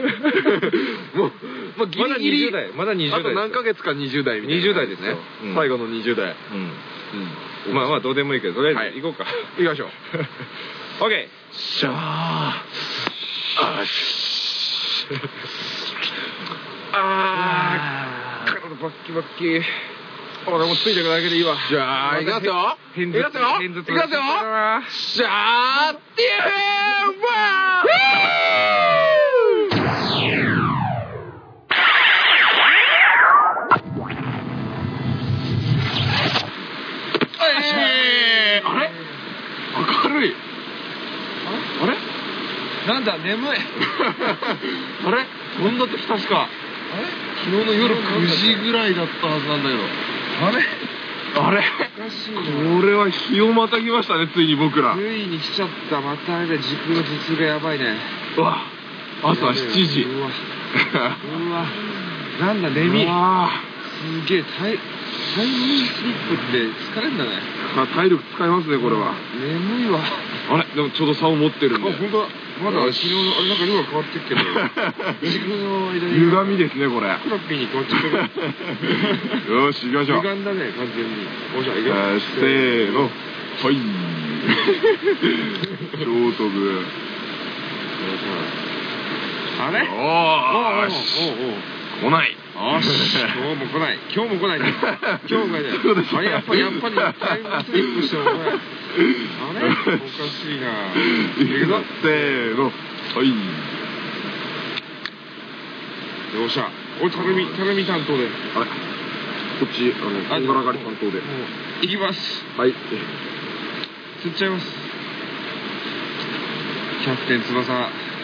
C: もう、もうギ
A: まだ
C: リギリ
A: 20代まだ20代
C: あと何ヶ月か20代みたいな
A: 20代ですようん
C: 最後の20代
A: うんまあまあどうでもいいけどとりあ
C: は
A: え
C: い
A: ず行こうか、
C: いきましょう
A: OK
C: しゃああし
A: あー体バッキバッキ俺もうついてくだけでいいわ
C: じゃあいきますよ
A: 偏
C: いき
A: 頭
C: ま
A: 痛
C: すよ
A: 偏頭
C: い
A: 痛
C: きますよしゃあっていうわえーあれ明るいあれ
A: なんだ 眠い
C: あれ飛んだ時確か昨日の夜9時ぐらいだったはずなんだけど
A: あれ
C: あれ
A: おかしい
C: これは日をまたぎましたねついに僕ら
A: ついに来ちゃったまたあれだ時空の頭痛がやばいね
C: うわ朝7時
A: うわうわなんだ 眠い
C: あ
A: すげえタイタイムリースリップって疲れんだね
C: 体力使いますねこれは
A: 眠いわあ
C: あれでもちょうど差を持ってるんで
A: 本当だまだ昨日のあれなんか色が変わってっ けど時空の間に
C: 歪みですね これ
A: クラッピーに変わっちゃったけ
C: よし行きまし
A: ど
C: ょう
A: 歪んだね完全におじゃあ
C: え
A: 行くよ
C: ーせーのはい 超飛ぶ
A: あれお
C: お
A: お
C: ー
A: う
C: し
A: おうおう
C: 来ない
A: あし今日も来ない今日も来ない今日も来ない
C: そうですね
A: あれやっぱりやっぱりタイムスリップしても来ないあれおかしいな行くぞ
C: せーのはい
A: よっしゃおい頼み頼み担当で
C: あれこっちあのこんがらがり担当で
A: もう行きます
C: はい
A: 釣っちゃいますキャプテン翼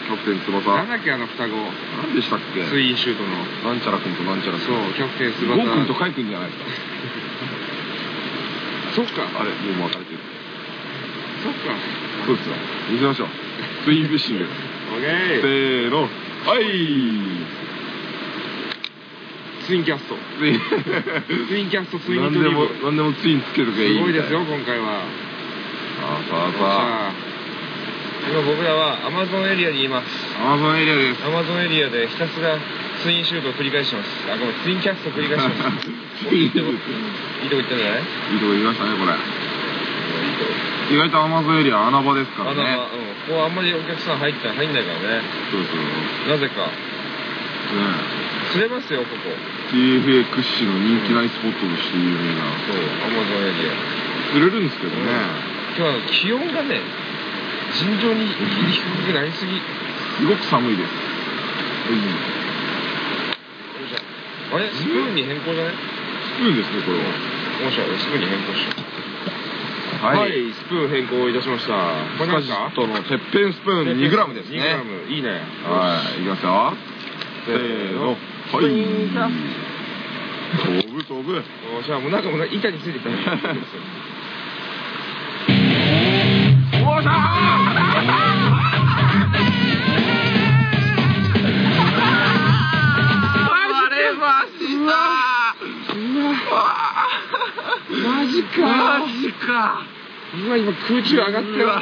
C: キャプテン翼
A: なんだっけあの双子
C: 何でしたっけ
A: ツインシュートの
C: なんちゃらくんとなんちゃらくん
A: そうキャプテン
C: ゴーくん
A: 翼
C: とカイくんじゃないですか
A: そっか
C: あれもう分かれてる
A: そっか
C: そうですよ行きましょうツインフィッシング
A: オッケ
C: せ
A: ー
C: ーのはい
A: ツインキャ スト
C: ツイン
A: ツインキャストツイン
C: 何
A: ト
C: で
A: リ
C: も
A: ブ
C: 何でもツインつけるけいい
A: すごいですよ
C: み
A: 今回は
C: たいなさあさあさ
A: さあ今僕らはアマゾンエリアにいます
C: あアマゾンエリア です
A: アマゾンエリアでひたすらツインシュートを繰り返してますあごめんツインキャストを繰り返してます
C: ツイ
A: い
C: ン
A: い
C: いいと
A: と
C: こ
A: こいいとこ行ったんじゃないいい
C: 行きましたねこれ
A: とこ
C: 意外とアマゾンエリア穴場ですから
A: あ
C: ね
A: の、まあうん、ここはあんまりお客さん入ったら入んないからね
C: そうそう
A: なぜか
C: ね
A: 釣れますよここ
C: TFA 屈指の人気ないスポットとして有名な
A: そうアマゾンエリア
C: 釣れるんですけどね、
A: 今日はあの気温がね尋常に低くなりすぎ
C: すごく寒いです、あれスプーンに変更じゃないスプーンですねこれはもしあれスプーンに変更しようはい、スプーン変更いたしました
A: これ何で
C: スカジ
A: すか
C: ットのてっぺんスプーン 2g ですね
A: 2g いいね
C: はいいきますよせーの
A: プリン
C: はい飛ぶ飛ぶ
A: おじゃあもうなんかもう板についてきた
C: 割れましたマジかマジか
A: うわ今空中上がってるわ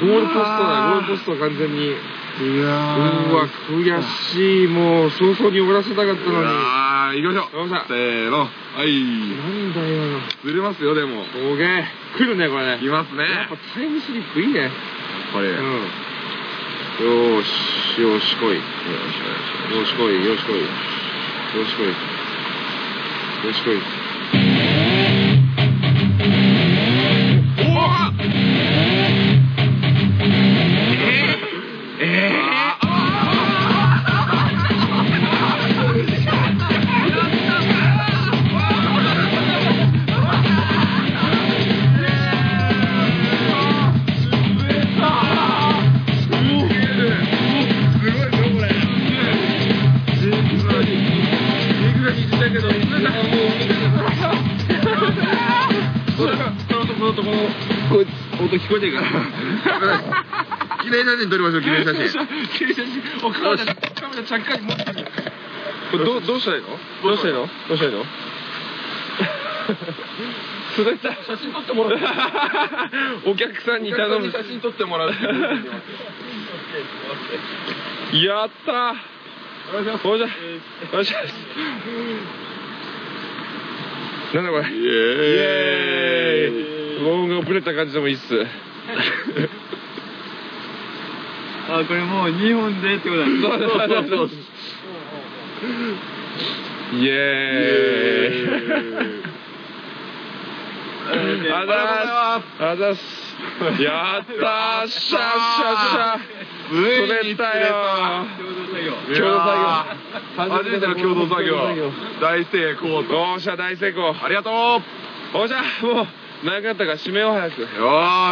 A: ゴールポストだゴールポスト完全に
C: う
A: う
C: わ
A: わ悔しいもう早々に終わらせたかったのに
C: あ行きましょう
A: 山本さん
C: せーのはい
A: なんだよの
C: ずれますよでも
A: おげえ来るねこれね
C: いますね
A: やっぱタイムスリップいいね
C: これ
A: うん
C: よーしよーしこいよーしこいよーしこいよーしこいよーしこい 記念写真撮りましょう記念写真
A: おカメラカメラちゃっかり持ってるこれどうどうしたらいいのどうしたらいいのどうしたらいいの鈴木さん写真撮ってもらうお客さんに頼む写真撮ってもらうやったーお願いしますお願いしますなんだこれ
C: イ
A: イ
C: エ
A: エ
C: ーイ
A: ーイ無音がぶれた感じでもいいっす
F: あ、これもう2本でってことだ
A: そうそう そうイエーイあ ざっすあざっすやったーしゃっ
C: つ
A: し
C: い
A: ゃっしゃ
C: に
A: 釣れたよ
F: 共同作業。
A: 共同作業
C: 初めての共同作業大成功と
A: おーしゃ大成功
C: ありがとう
A: おーしゃもう長かったから締めよう早く
C: よー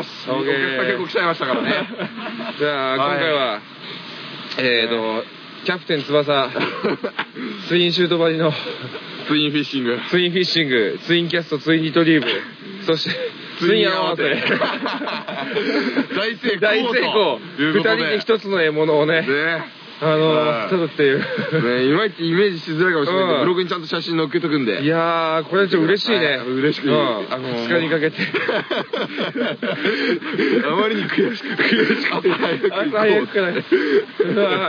C: し
A: オ
C: お
A: ッケー
C: 客さん結構来ちゃいましたからね
A: じゃあ今回は、えーと、キャプテン 翼ツインシュートバリの
C: ツインフィッシング
A: ツインフィッシングツインキャストツインリトリーブそしてツイン合わせ
C: 大成功と
A: 大成功
C: いう
A: 二
C: こと
A: 人
C: で
A: で一つの獲物をね
C: ね
A: あの
C: はい
A: 取るっていう
C: ねいまいちイメージしづらいかもしれないけ
A: う
C: ど
A: ん
C: ブログにちゃんと写真載っけとくんで
A: いやーこれちょっと嬉しいね
C: はい嬉しく
A: う
C: いい
A: ん、あの2日にかけて
C: あまりに悔しくて悔しくて早く
A: 朝早くからうわ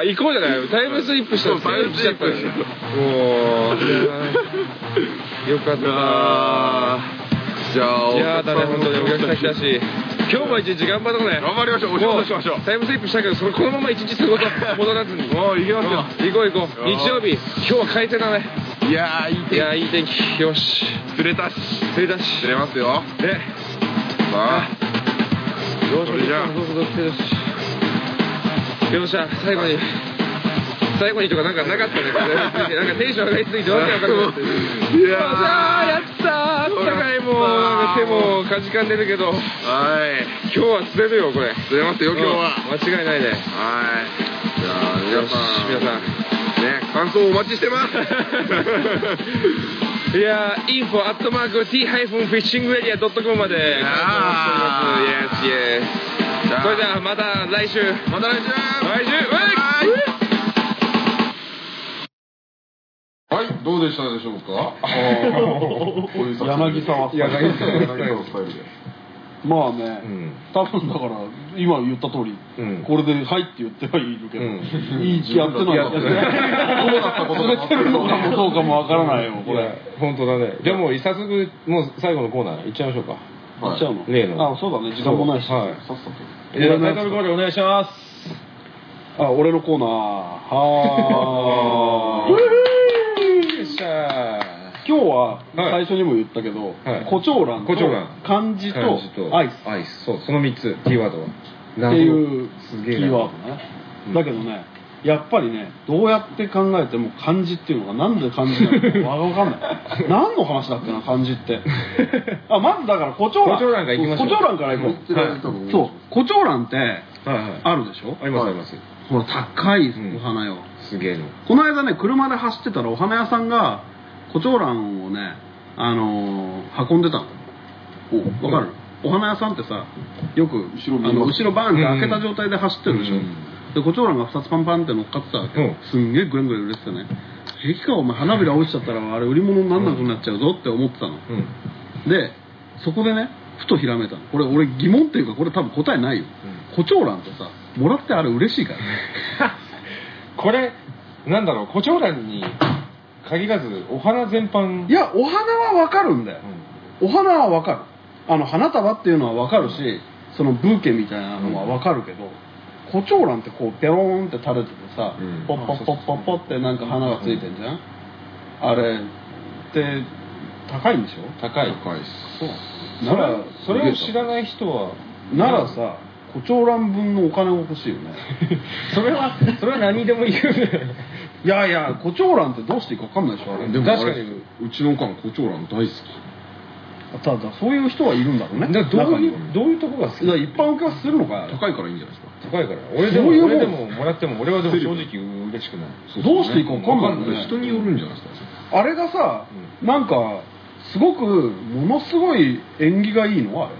A: ー行こうじゃないタイムスリップしたんです
C: そうタイムスリップ
A: もういやーよかったな
C: じゃあ
A: いやーだね本当にお客さん来たし今日も一日頑張ろうね
C: 頑張りましょうお仕事しましょう
A: もタイムスリップしたけどそれこのまま一日仕事戻らずに
C: もう行きますよ
A: 行こう行こう
C: よー
A: 日曜日今日は快晴だね
C: いやーいい
A: い
C: 天
A: やーいい天気よし
C: 気釣れたし
A: 釣り出し
C: 釣れますよ
A: で
C: さあ
A: どうし
C: それじゃあ
A: どうぞどうぞどうぞよっしゃ最後に最後にとかなんかなかったねこれなんかテンション上がりすぎてわけわかんなくなって
C: い
A: よっしゃーやったーあったかいもうなんか手もかじかんでるけど
C: はい
A: 今日は釣れるよこれ
C: 釣れますよ今日は
A: うん間違いないね
C: はいじゃあ
A: よ
C: 皆
A: し
C: さん
A: 皆さん
C: ね感想お待ちしてます
A: いやー、インフォアットマーク t-fishingmedia.com まで。イエ
C: あ
A: スイエス。それではまた来週。
C: また来
A: 来
C: 週
A: 週、
C: は
A: はいい
C: はい、どうでしたでしょうか。こういう作戦
B: 柳沢
G: いやないです
C: 柳沢スタイルで。
B: まあね、
G: うん
B: 多分だから今言った通り、
G: うん
B: これで「はい」って言ってはいるけど、
G: う
B: いいやってない
G: やってない
B: どうだったことか滑ってるのかもどうかもわからないよこ
G: これ
B: れ
G: 本当だねでも早速もう最後のコーナー行っちゃいましょうか
B: 行っちゃうの、
G: 例の
B: あそうだね時間もないし、
G: そうはい
B: さっさと
G: じゃあタイトルコールお願いします
B: あ俺のコーナーは
G: よ
B: ー
G: っしゃ
B: 今日は
G: はい
B: 最初にも言ったけど「
G: はい
B: 胡蝶蘭」と
G: 胡蝶蘭
B: 漢字
G: 漢
B: と
G: 字
B: 「
G: と
B: アイス」
G: アイスそうその3つキーワードは
B: っていう
G: す
B: キ
G: げえな
B: ーワードね、
G: うん
B: だけどねやっぱりねどうやって考えても漢字っていうのがなんで漢字なのか分かん ない何の話だっけな漢字ってあまずだから胡蝶蘭
A: 胡蝶蘭から行きましょう
B: 胡蝶蘭から行こう、
C: はい
D: そう胡蝶蘭って
A: はいはい
D: あるでしょ
A: ありますあります
D: ほら高い
A: うん
D: お花よ、
A: すげえの
D: この間ね車で走ってたらお花屋さんが胡蝶蘭をねあのー運んでたのわかる、お花屋さんってさよく
B: 後ろ見ます
D: あの後ろバーンって開けた状態で走ってるでしょ、
A: うん
D: で胡蝶蘭が2つパンパンって乗っかってたわけ、
A: うん
D: すんげえぐんぐん売れててね平気かお前花びら落ちちゃったらあれ売り物になんなくなっちゃうぞって思ってたの、
A: うん
D: でそこでねふとひらめいたのこれ俺疑問っていうかこれ多分答えないよ、胡蝶蘭ってさもらってあれ嬉しいからね
A: これなんだろう胡蝶蘭に限らずお花全般
B: いやお花は分かるんだよお花は分かるあの花束っていうのは分かるしそのブーケみたいなのは分かるけど、胡蝶蘭ってこうペローンって垂れててさ、
A: うん
B: ポッポッポッポッポッってなんか花がついてんじゃん、あれって高いんでしょ
A: 高い
C: 高いっす
A: そ
B: な
A: れ
B: ら
A: それを知らない人は
B: ならさ胡蝶蘭分のお金が欲しいよ ね
A: それはそれは何にでも 言うね
B: いやいや胡蝶蘭ってどうしていいか分かんないでしょあれ
C: でも
A: 確かに
C: あれうちのおかん胡蝶蘭大好き
B: ただそういう人はいるんだろうね
A: だからどうい
B: 中には
A: うどういうとこが好き
B: だから一般受けはするのかよあれ
C: 高いからいいんじゃないですか
A: 高いから俺でも
B: そういうもん
A: 俺でももらっても俺はでも正直嬉しくない
B: どうしていいか分かんないよね
C: 人によるんじゃないですか
B: あれがさ、なんかすごくものすごい縁起がいいのあれ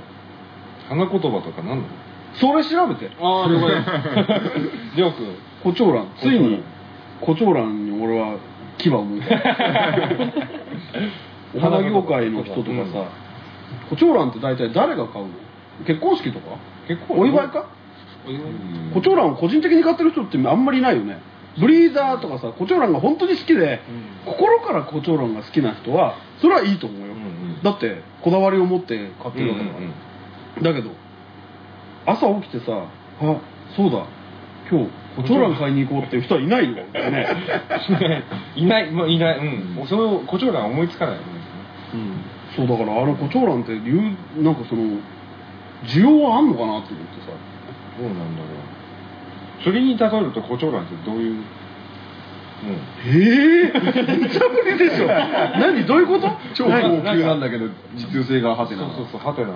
A: 花言葉とか何なの
B: それ調べて
A: ああ了 解りょうくん
B: 胡蝶蘭ついに胡蝶蘭に俺は牙を向いた お花業界の人とかさ、胡蝶蘭って大体誰が買うの結婚式とか
A: 結構
B: お祝いか
A: お祝い
B: 胡蝶蘭を個人的に買ってる人ってあんまりいないよねブリーダーとかさ胡蝶蘭が本当に好きで、心から胡蝶蘭が好きな人はそれはいいと思うよ、
A: うんうん
B: だってこだわりを持って買って
A: うん
B: る
A: う
B: わけだから、
A: ん
B: だけど朝起きてさあそうだ今日胡蝶蘭買いに行こうっていう人はいないよね、
A: うんいないもういないうん、その胡蝶蘭思いつかない
B: うん、そうだからあの胡蝶蘭って理由なんかその需要はあんのかなって思ってさ
A: どうなんだろう釣りに例えると胡蝶蘭ってどういううん
B: ええー、めちゃぶりでしょ何どういうこと
C: 超高級なんだけど実用性がはて
A: そう
C: な
A: そうそうハテナ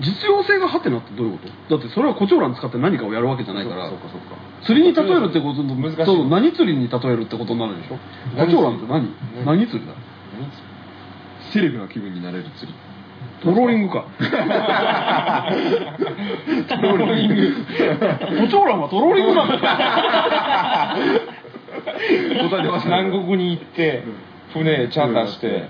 B: 実用性がハテナってどういうことだってそれは胡蝶蘭使って何かをやるわけじゃないから
A: そうかそうか
B: 釣りに例えるってことと
A: 難しい
B: そう何釣りに例えるってことになるでしょ
A: 何釣
B: 胡
A: り
B: 蝶蘭って何
A: 何
B: 何釣りだ
C: セレブな気分になれる釣り
B: トローリングか
A: トローリング
B: 胡蝶蘭はトローリングなんだ
A: 答えてます 南国に行って船チャーターして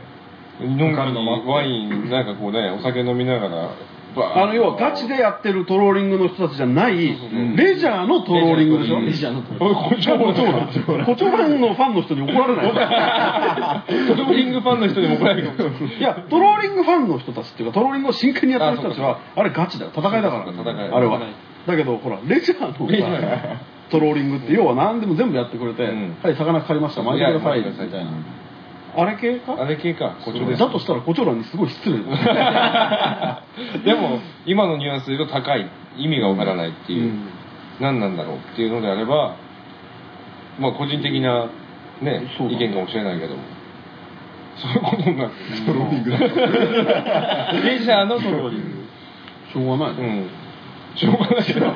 A: 飲んだりワインなんかこうねお酒飲みながらバー
B: あの要はガチでややってるトローリングの人たちじゃないレジャーのトローリングでしょ
D: レジャーのト
A: おい胡蝶蘭
B: 胡蝶蘭のファンの人に怒られない
A: トローリングファンの人にも怒られるかもしれない
B: いやトローリングファンの人たちっていうかトローリングを真剣にやってる人たちはあれガチだよ戦いだから
A: そうか戦い
B: あれはだけどほらレジャーの
A: レジャー
B: さトローリングって要は何でも全部やってくれて「
A: うん
B: はい魚狩りました巻いてください」みたいなあれ系か
A: あれ系か胡蝶です
B: だとしたら胡蝶蘭にすごい失礼だよ
A: でも今のニュアンスで言うと高い意味がわからないっていう、
B: うん
A: 何なんだろうっていうのであればまあ個人的なね
B: そうだ
A: 意見かもしれないけどもそういうことになってトローリングレジャーのトローリング
B: しょうがない、
A: うんしょうがないけど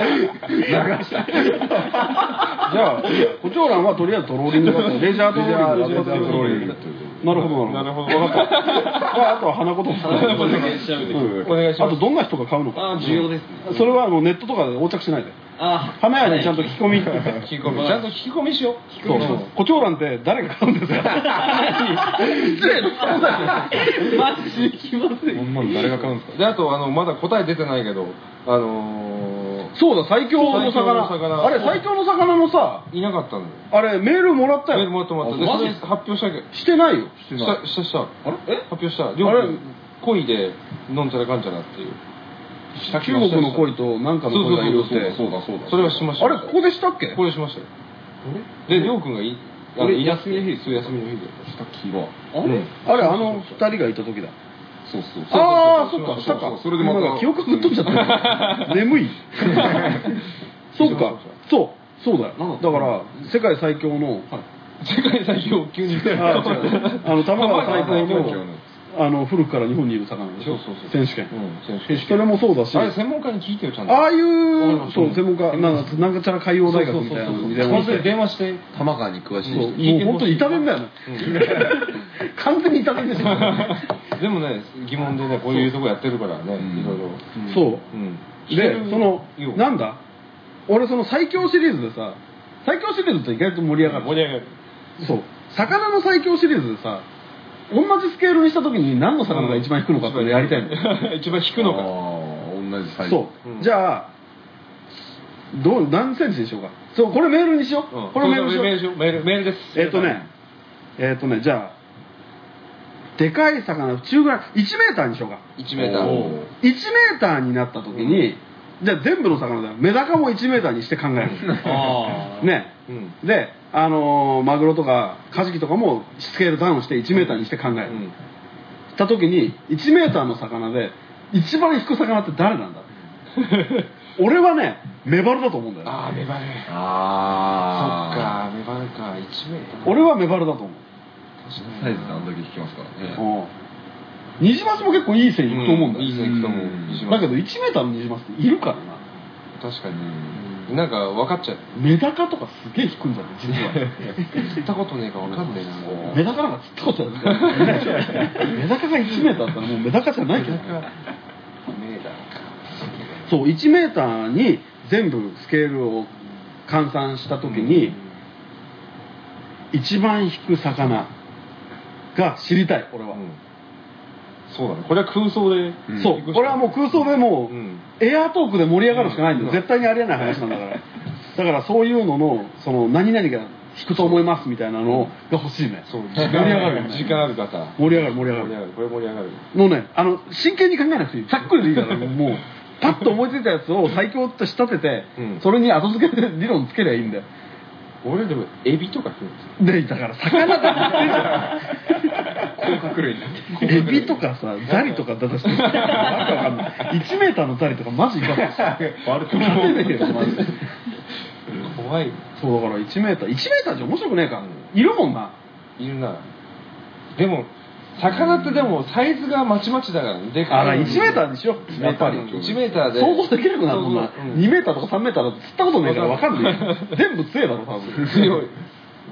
A: 流した
B: じゃあ胡蝶蘭はとりあえずトローリングだったレジャートローリングだった
A: レジャートローリング
B: なるほどなるほど分かったまああとは花言葉
E: 花言葉だけ調べてくる
B: うん
A: お願いします
B: あとどんな人が買うのか
E: あ重要ですね
B: それはもうネットとかで横着しないで
E: あ
B: 花屋にちゃんと聞き込み
A: 聞き込みちゃんと聞き込みしよう聞き
B: そうそう胡蝶蘭って誰が買うんですか失礼
E: マジで気まずい
A: 誰が買うんですかであとあのまだ答え出てないけどあの
B: そうだ最強の
A: 最強
B: 魚
A: の魚
B: あれ最強の魚のさ
A: ーいなかったんだよ
B: あれメールもらったよ
A: メールもらってもらったで
E: あマ
A: そ
E: ジ
A: れ発表したけど
B: してないよ
A: したしたした発表した
B: あれ
A: 両恋で飲んちゃらかんちゃらっていうした
B: 中国の恋と何かの恋がいるっ
A: そうそう
B: て
A: そうそうそうだそれはしました
B: あれここでしたっけ
A: これしましたよでりょうくんがいあの
E: 俺
A: いな
E: 休みの日
A: そう休みの日でした気は
E: あれ
B: あれあの二人がいた時だ
C: そうそう
B: ああ
A: そ
B: そ
A: そうそ
B: うっか
A: う
B: したか
A: それでまた
B: なんか記憶ぶっ飛んじゃった眠いそうかそうそうだよだから世界最強の、
H: 世界最強急に
B: あ違うあの玉川最高
A: 玉川最強
B: の
A: の
B: あの古くから日本にいる魚でしょ
A: そうそうそう
B: 選手権、
A: うん選手権
B: それもそうだし
A: あれ専門家に聞いてよちゃんと
B: あ
A: わ
B: あい
A: かり
B: う
A: ます
B: そう専門家なんかなんかちゃら海洋大学みたいなのに電話して
A: 電話して
I: 玉川に詳しい
B: そう
I: 人
B: もう本当に痛めんだよね 完全に痛めんでしょ
A: でもね疑問でねこういうとこやってるからねいろいろ
B: そう
A: うん
B: でその
A: よ
B: なんだ俺その最強シリーズでさ最強シリーズって意外と盛り上がる
A: 盛り上がる
B: そう魚の最強シリーズでさ同じスケールにした時に何の魚が一番引くのかっていうのやりたいの、
A: 一番引くのか
I: ああ同じサイズ
B: そう、じゃあどう何センチでしょうかそうこれメールにしよう、
A: うん
B: これメールにしよう
A: メールしようメールメールです
B: えっ、とねえっ、とねじゃあでかい魚中ぐらい1メーターにしようか
I: 1メーター
B: 1メーターになった時に、じゃあ全部の魚だよメダカも1メーターにして 考えるね
A: うん
B: であのーマグロとかカジキとかもスケールダウンして1メーターにして考
A: う
B: える、
A: ん
B: した時に1メーターの魚で一番引く魚って誰なんだ俺はねメバルだと思うんだ よ
A: ああメバル
I: ああ
A: かメバルか一名
B: 俺はメバルだと思う
I: そっかサイズであんだけ引きますからね
B: うんニジマスも結構いい線いくと思うんだよ、
A: いい線いくと思
I: う
A: う
I: ん
B: だけど1メーターのニジマスっているからな
A: 確かになんか分かっちゃう
B: メダカとかすげえ引くんだよ実 は
A: 行ったことねえか分かんねえな
B: メダカなんか釣ったことない メダカが1メーターだったらもうメダカじゃないけどね
A: メーター
B: そう1メーターに全部スケールを換算した時に一番引く魚が知りたい俺は、
A: そうだねこれは空想で
B: そうこれはもう空想でもう、
A: うん
B: エアトークで盛り上がるしかないんだよ、絶対にありえない話なんだからだからそういうののその何々が引くと思いますみたいなのが欲しいね
A: そう時
B: 盛り上がるよね
A: 時間ある方
B: 盛り上がる盛り上が
A: 盛り上
B: る
A: がるこれ盛り上がる
B: のねあの真剣に考えなくていいざっくりでいいから もうパッと思いついたやつを最強と仕立てて、
A: うん
B: それに後付けで理論つけりゃいいんだよ
A: 俺でもエビとか食うんですよ
B: でだから魚だって エビとかさザリとかだとしてわけわかんない1メーターのザリとかマジいかない悪くないよマジで
A: 怖い
B: そうだから1メーター1メーターじゃ面白くねえかいるもんない
A: るなでも魚ってでもサイズがまちまちだからで
B: あら
A: い
B: 1メーターにしようやっぱり
A: 1メーターで
B: 想像できなくなるもんな
A: 想像うん
B: 2メーターとか3メーターだと釣ったことないからわかんない 全部強えだろ多分
A: 強い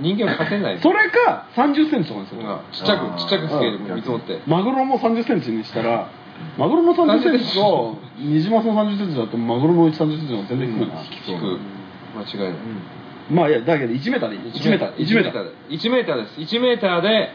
A: 人間は勝てない
B: それか30センチとかにする
A: うんちっちゃくちっちゃくスケール見積もって
B: マグロも30センチにしたら、マグロの30センチと、ニジマスの30センチだと、マグロの1 30センチの方が全然低いな。
A: 引く間違いない
B: まあいや、だけど1メーターでいい。1メーター、1メーター。
A: 1メーターです1メーターで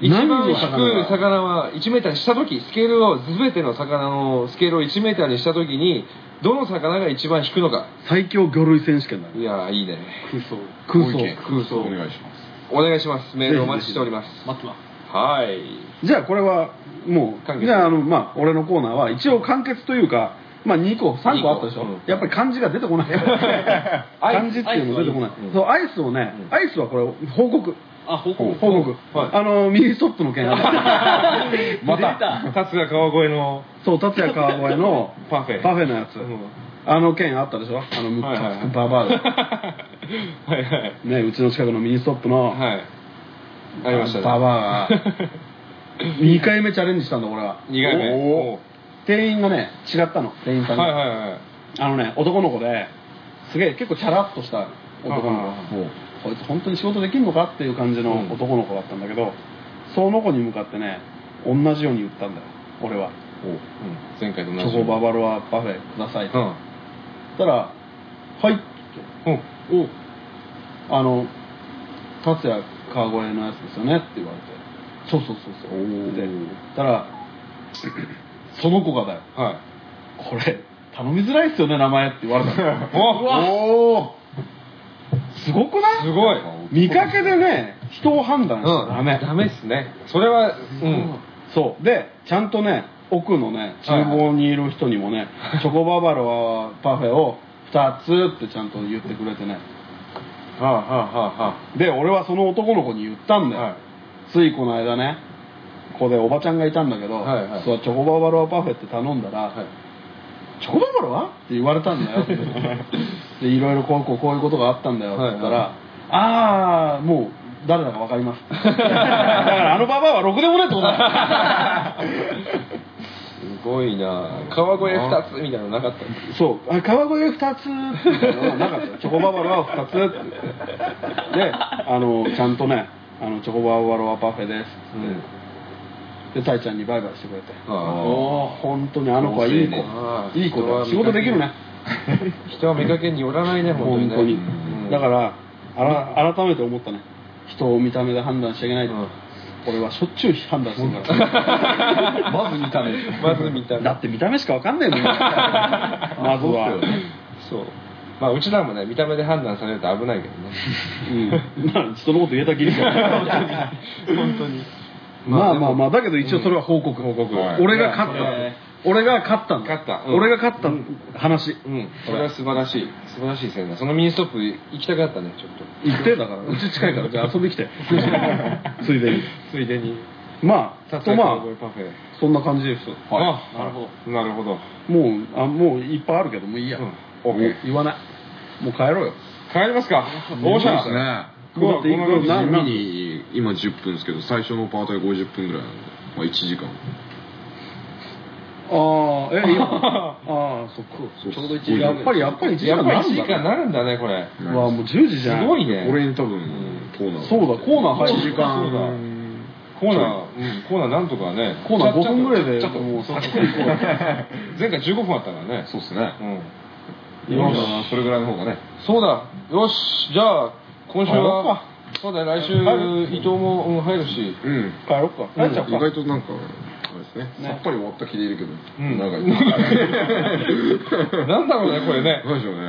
A: 一
B: 何の
A: 番引く
B: 魚が
A: 魚は1メーターにした時スケールを全ての魚のスケールを1メーターにした時にどの魚が一番引くのか
B: 最強魚類選手権だ
A: い
B: ね。
A: やーいいね
B: 空想。空
I: ご意
B: 想
I: 見。
A: 空想
I: お願いします
A: お願いしますメールお待ちしております
D: 待ってま
A: はい
B: じゃあこれは、も
A: 完
B: う、
A: 結
B: じゃああの、まあ俺のコーナーは一応完結というか、まあ2個、3個あったでしょ
A: うん。
B: やっぱり漢字が出てこ ない。漢字っていうのが出てこない
A: アイス。
B: そう、アイスをね、アイスはこれ報告。
D: あ報
B: 報
D: 告
B: 告。
A: はい
B: あの、ミニストップの 件あるまた。
A: 春日川越の
B: そう、達也川越の
A: パフェ
B: パフェのやつ。
A: うん
B: あの件あったでしょあの、ム
A: はいはい は
B: カつ
A: い
B: くババ アが
A: はいはい
B: ね、うちの近くのミニストップの、
A: はいありましたね
B: ババアが、2回目チャレンジしたんだ、俺は。
A: 2回目
B: お
A: お
B: 店員がね、違ったの、店員さんが。
A: はいはいはい
B: あのね、男の子で、すげえ、結構チャラっとした男
A: はい
B: の
A: はい
B: 子。こいつ本当に仕事できんのかっていう感じの男の子だったんだけど、その子に向かってね、同じように言ったんだよ、俺は。
A: うん前回と同
B: チ
A: じ
B: ョコババロアパフェくださいと。
A: うん
B: そしたら「はい」って
A: うん
B: 言って「おあの達也川越のやつですよね」って言われて「そうそうそうそう」でた らその子がだよ
A: はい
B: 「これ頼みづらいっすよね名前」って言われたの
A: お
B: おーすごくない
A: すごい
B: 見かけでね人を判断しちゃダメ、
A: ダメっすねそれはうん
B: そうでちゃんとね奥のね厨房にいる人にもね、チョコババロはパフェを2つってちゃんと言ってくれてね
A: はあはあはあは
B: で俺はその男の子に言ったんだよ、
A: はい
B: ついこの間ねここでおばちゃんがいたんだけど、
A: はいはい
B: そうチョコババロアパフェって頼んだら、
A: はい
B: チョコバンバロはって言われた んだよでいろいろこうこうこういうことがあったんだよって言ったら、ああもう誰だか分か りますだからあのババアはろくでもないってことだ
A: すごいな川越2つみたいなのなかった
B: そうあ川越2つなかったよチョコババロは2つってであのちゃんとねあのチョコババロはパフェですっつって、でタイちゃんにバイバイしてくれて
A: あ
B: あ
A: ー
B: あ本当にあの子はいい子
A: あー
B: いい子だ仕
A: 人は見かけ
B: 事できるね
A: 人は見かけによらないね本当に
B: 本
A: ね
B: 当に
A: うん
B: だからあら改めて思ったね人を見た目で判断しちゃいけない、
A: うん
B: 俺はしょっちゅう判断するか らまず見た目
A: まず見た目
B: だって見た目しかわかんない もんまずは
A: そうまあうちらもね見た目で判断されると危ないけどね
B: うんまあ人のこと言えたきりじゃない
A: 本 当に
J: まあまあまあだけど一応それは報告、
A: 報告
J: 俺が勝った、
B: え
J: 俺が勝ったんだ
A: 勝ったうん
J: 俺が勝った話
A: うんそれは素晴らしい素晴らしい戦だそのミニストップ行きたかったねちょっと
J: 行ってだからうち近いからじゃあ遊び来 てついでに
A: ついでに
B: まあとまあ
A: 川越パフェ
J: そんな感じです
A: あ
B: なるほ
A: なるほど
B: もうあもういっぱいあるけどもういいや、
A: うん
B: お言わないもう帰ろうよ
A: 帰りますか王者
C: ですね
B: もうだっていくら
C: 地
B: 何
C: 味
B: 何
C: に今10分ですけど最初のパートで50分ぐらいなんで、まあ、1時間
B: ああえいいよああそっか
C: そう
B: ちょうど1時間やっぱりやっぱり1時
A: や
B: 間
A: っぱり
B: な
A: 1時
B: んだ
A: 間
B: ね
A: なるんだねこれ
B: うわもう10時じ
A: す
B: ゃん
A: ごいね
C: これに多分コーナー
B: そうだコーナー入る
J: 1時間
B: そうだ
A: コーナー、うん、コーナーなんとかね
B: コーナー5分ぐらいで
A: ちょっと
B: もうさっくりこう
A: 前回15分あったからね
C: そうですね
A: うん
B: よし
C: それぐらいの方がね
A: そうだよしじゃあ今週
B: 帰ろう
A: は
B: か
A: そうだよ来週
B: 入
A: 伊藤もうん入る し
C: うん
B: 帰ろっか帰っちゃおう
C: 意
B: か
C: 外となんかあれですねさっぱり終わった気でいるけど、
A: ん
C: 長いな
A: なんだろうね これね
C: んでしょうね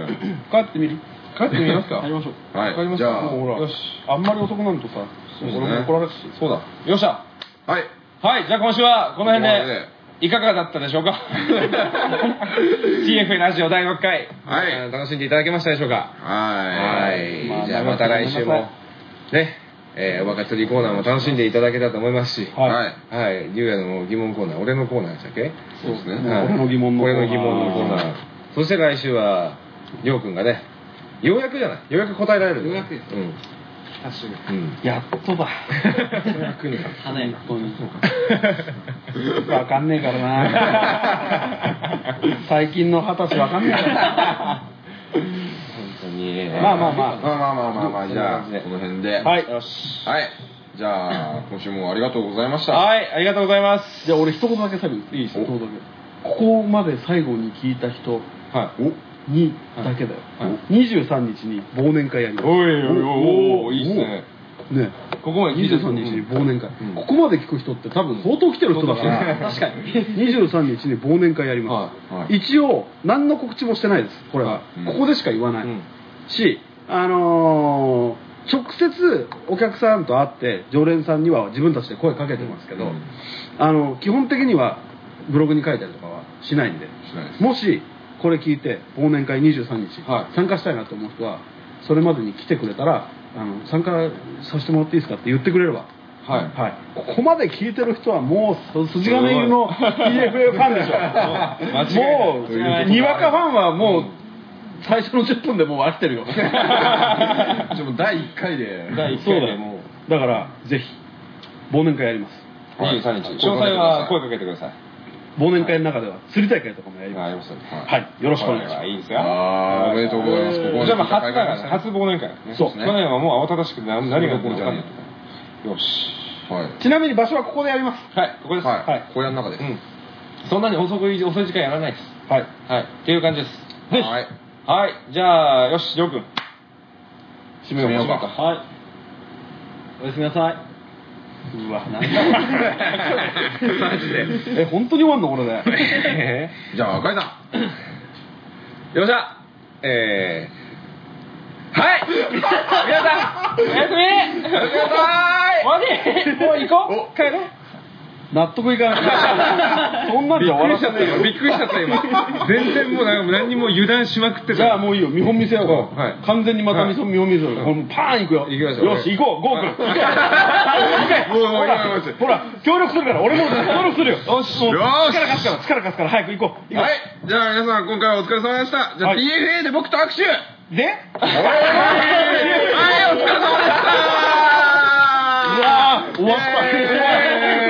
B: 帰ってみる
A: 帰ってみますか
B: 帰りましょう
C: はい
A: わかりまし
C: じ
A: た
C: ゃあ
B: もうほら
A: よし
B: あんまり遅くなるとさ
C: そうですね
B: 俺も怒られるし
A: そうだよっしゃ
C: はい
A: はいじゃあ今週はこの辺
C: ここまで
A: でいかがだったでし ょうか TF ラジオ第6回、
C: はい
A: えー楽しんでいただけましたでしょうか
C: は
A: はいい、
B: まあ
A: じゃあまた来週も
B: 長く
A: ね、えー、お別れコーナーも楽しんでいただけたらと思いますし、
B: は
C: はいい、
A: はい、ゆうやの疑問コーナー、俺のコーナーでしたっけ？
C: そうですね、
A: はい
B: 俺の疑問のコーナー
A: 俺の疑問のコーナー。そして来週はりょうくんがね、ようやくじゃない、ようやく答えられる、ね。
K: ようやくです
A: うん。
K: 確かに
A: うん。
B: やっとだ
K: 花屋
B: 本当にわかんねえから な最近の二十歳わかんねえ から
A: 本当に。
B: なまあまあまあ
C: まあまあまあまあまあじゃあ
A: ね
C: この辺では、
B: はいい。
C: じゃあ今週もありがとうございました
A: はい、ありがとうございます。
B: じゃあ俺一言だけ最後いいです
C: お
B: 一言だけ。ここまで最後に聞いた人
A: はい。
B: にだけだよ。23日に忘年会やります。
A: おいおいおいおいいいですね。
B: ね。
A: ここまで聞いて
B: 23日に忘年会
A: うん。
B: ここまで聞く人って多分相当来てる人だから。確かに。23日に忘年会やりま
C: はいはい
B: す。一応何の告知もしてないです。これは
C: うん。
B: ここでしか言わな
A: う
B: い。
A: ん。
B: し、あのー直接お客さんと会って常連さんには自分たちで声かけてますけど、
C: うん
B: あの基本的にはブログに書いたりとかはしないんで
C: しないです
B: もしこれ聞いて忘年会23日、
A: はい
B: 参加したいなと思う人はそれまでに来てくれたらあの参加させてもらっていいですかって言ってくれれば。
A: はい。
B: はい、ここまで聞いてる人はもうす筋金入りの TFA ファンでし
A: 違い
B: ょ
A: ない
B: もうにわかファンはもう最初の10分でもう飽きて るよ
C: じゃあもう第1回で
A: 第一回でもう
B: だからぜひ忘年会やります
A: 23日。詳細は声かけてください。
B: 忘年会の中では釣り大会とかもやり
A: あ
B: ます
A: りますよね。
B: はいよろしくお願いします
A: いいです
C: あーおめでとうございますここまで
A: じゃあまあ初だからね、初忘年会、ね。
B: そう
A: 去年はもう慌ただしくて何何が起こるか分かんない
C: そうだ
A: よし。
C: はい
B: ちなみに場所はここでやります
A: はい、ここです。
C: はい、小屋の中で
A: う
C: す、
A: ん。そんなに遅くい遅い時間やらないです。
B: はい
A: はい。っていう感じです。
C: はい
A: はい。じゃあ、よし、りょうくん。
C: 締めようか
B: はいおやすみなさいう わなんだマジでえ本当に終わんのこれで
C: じゃあ赤井さん
A: よっしゃえー。はい皆さんおやすみおやすみなさい終わりもう行こう帰ろう
B: 納得いかない そんなんじゃ終わらせないよ
A: びっくりしちゃった今全然もうなんか何にも油断しまくってた
B: じゃあもういいよ見本見せよう
A: うんはい
B: 完全にまた見本見本見せよう、
A: ん
B: このパーンいくよ
A: 行きましょう
B: よし行こうゴーくん行け
A: もうもう
B: ほ
A: もう
B: ら
A: もう
B: ほら協力するから俺も協力するよよしもう
C: よーし
B: 力貸すから力貸すから早く行こう行こう
C: はいじゃあ皆さん今回はお疲れ様でしたじゃあ
B: はい
C: PFA で僕と握手
B: で
C: はいお疲れ
B: うわー終
C: 様でした
B: わった
C: イエーイ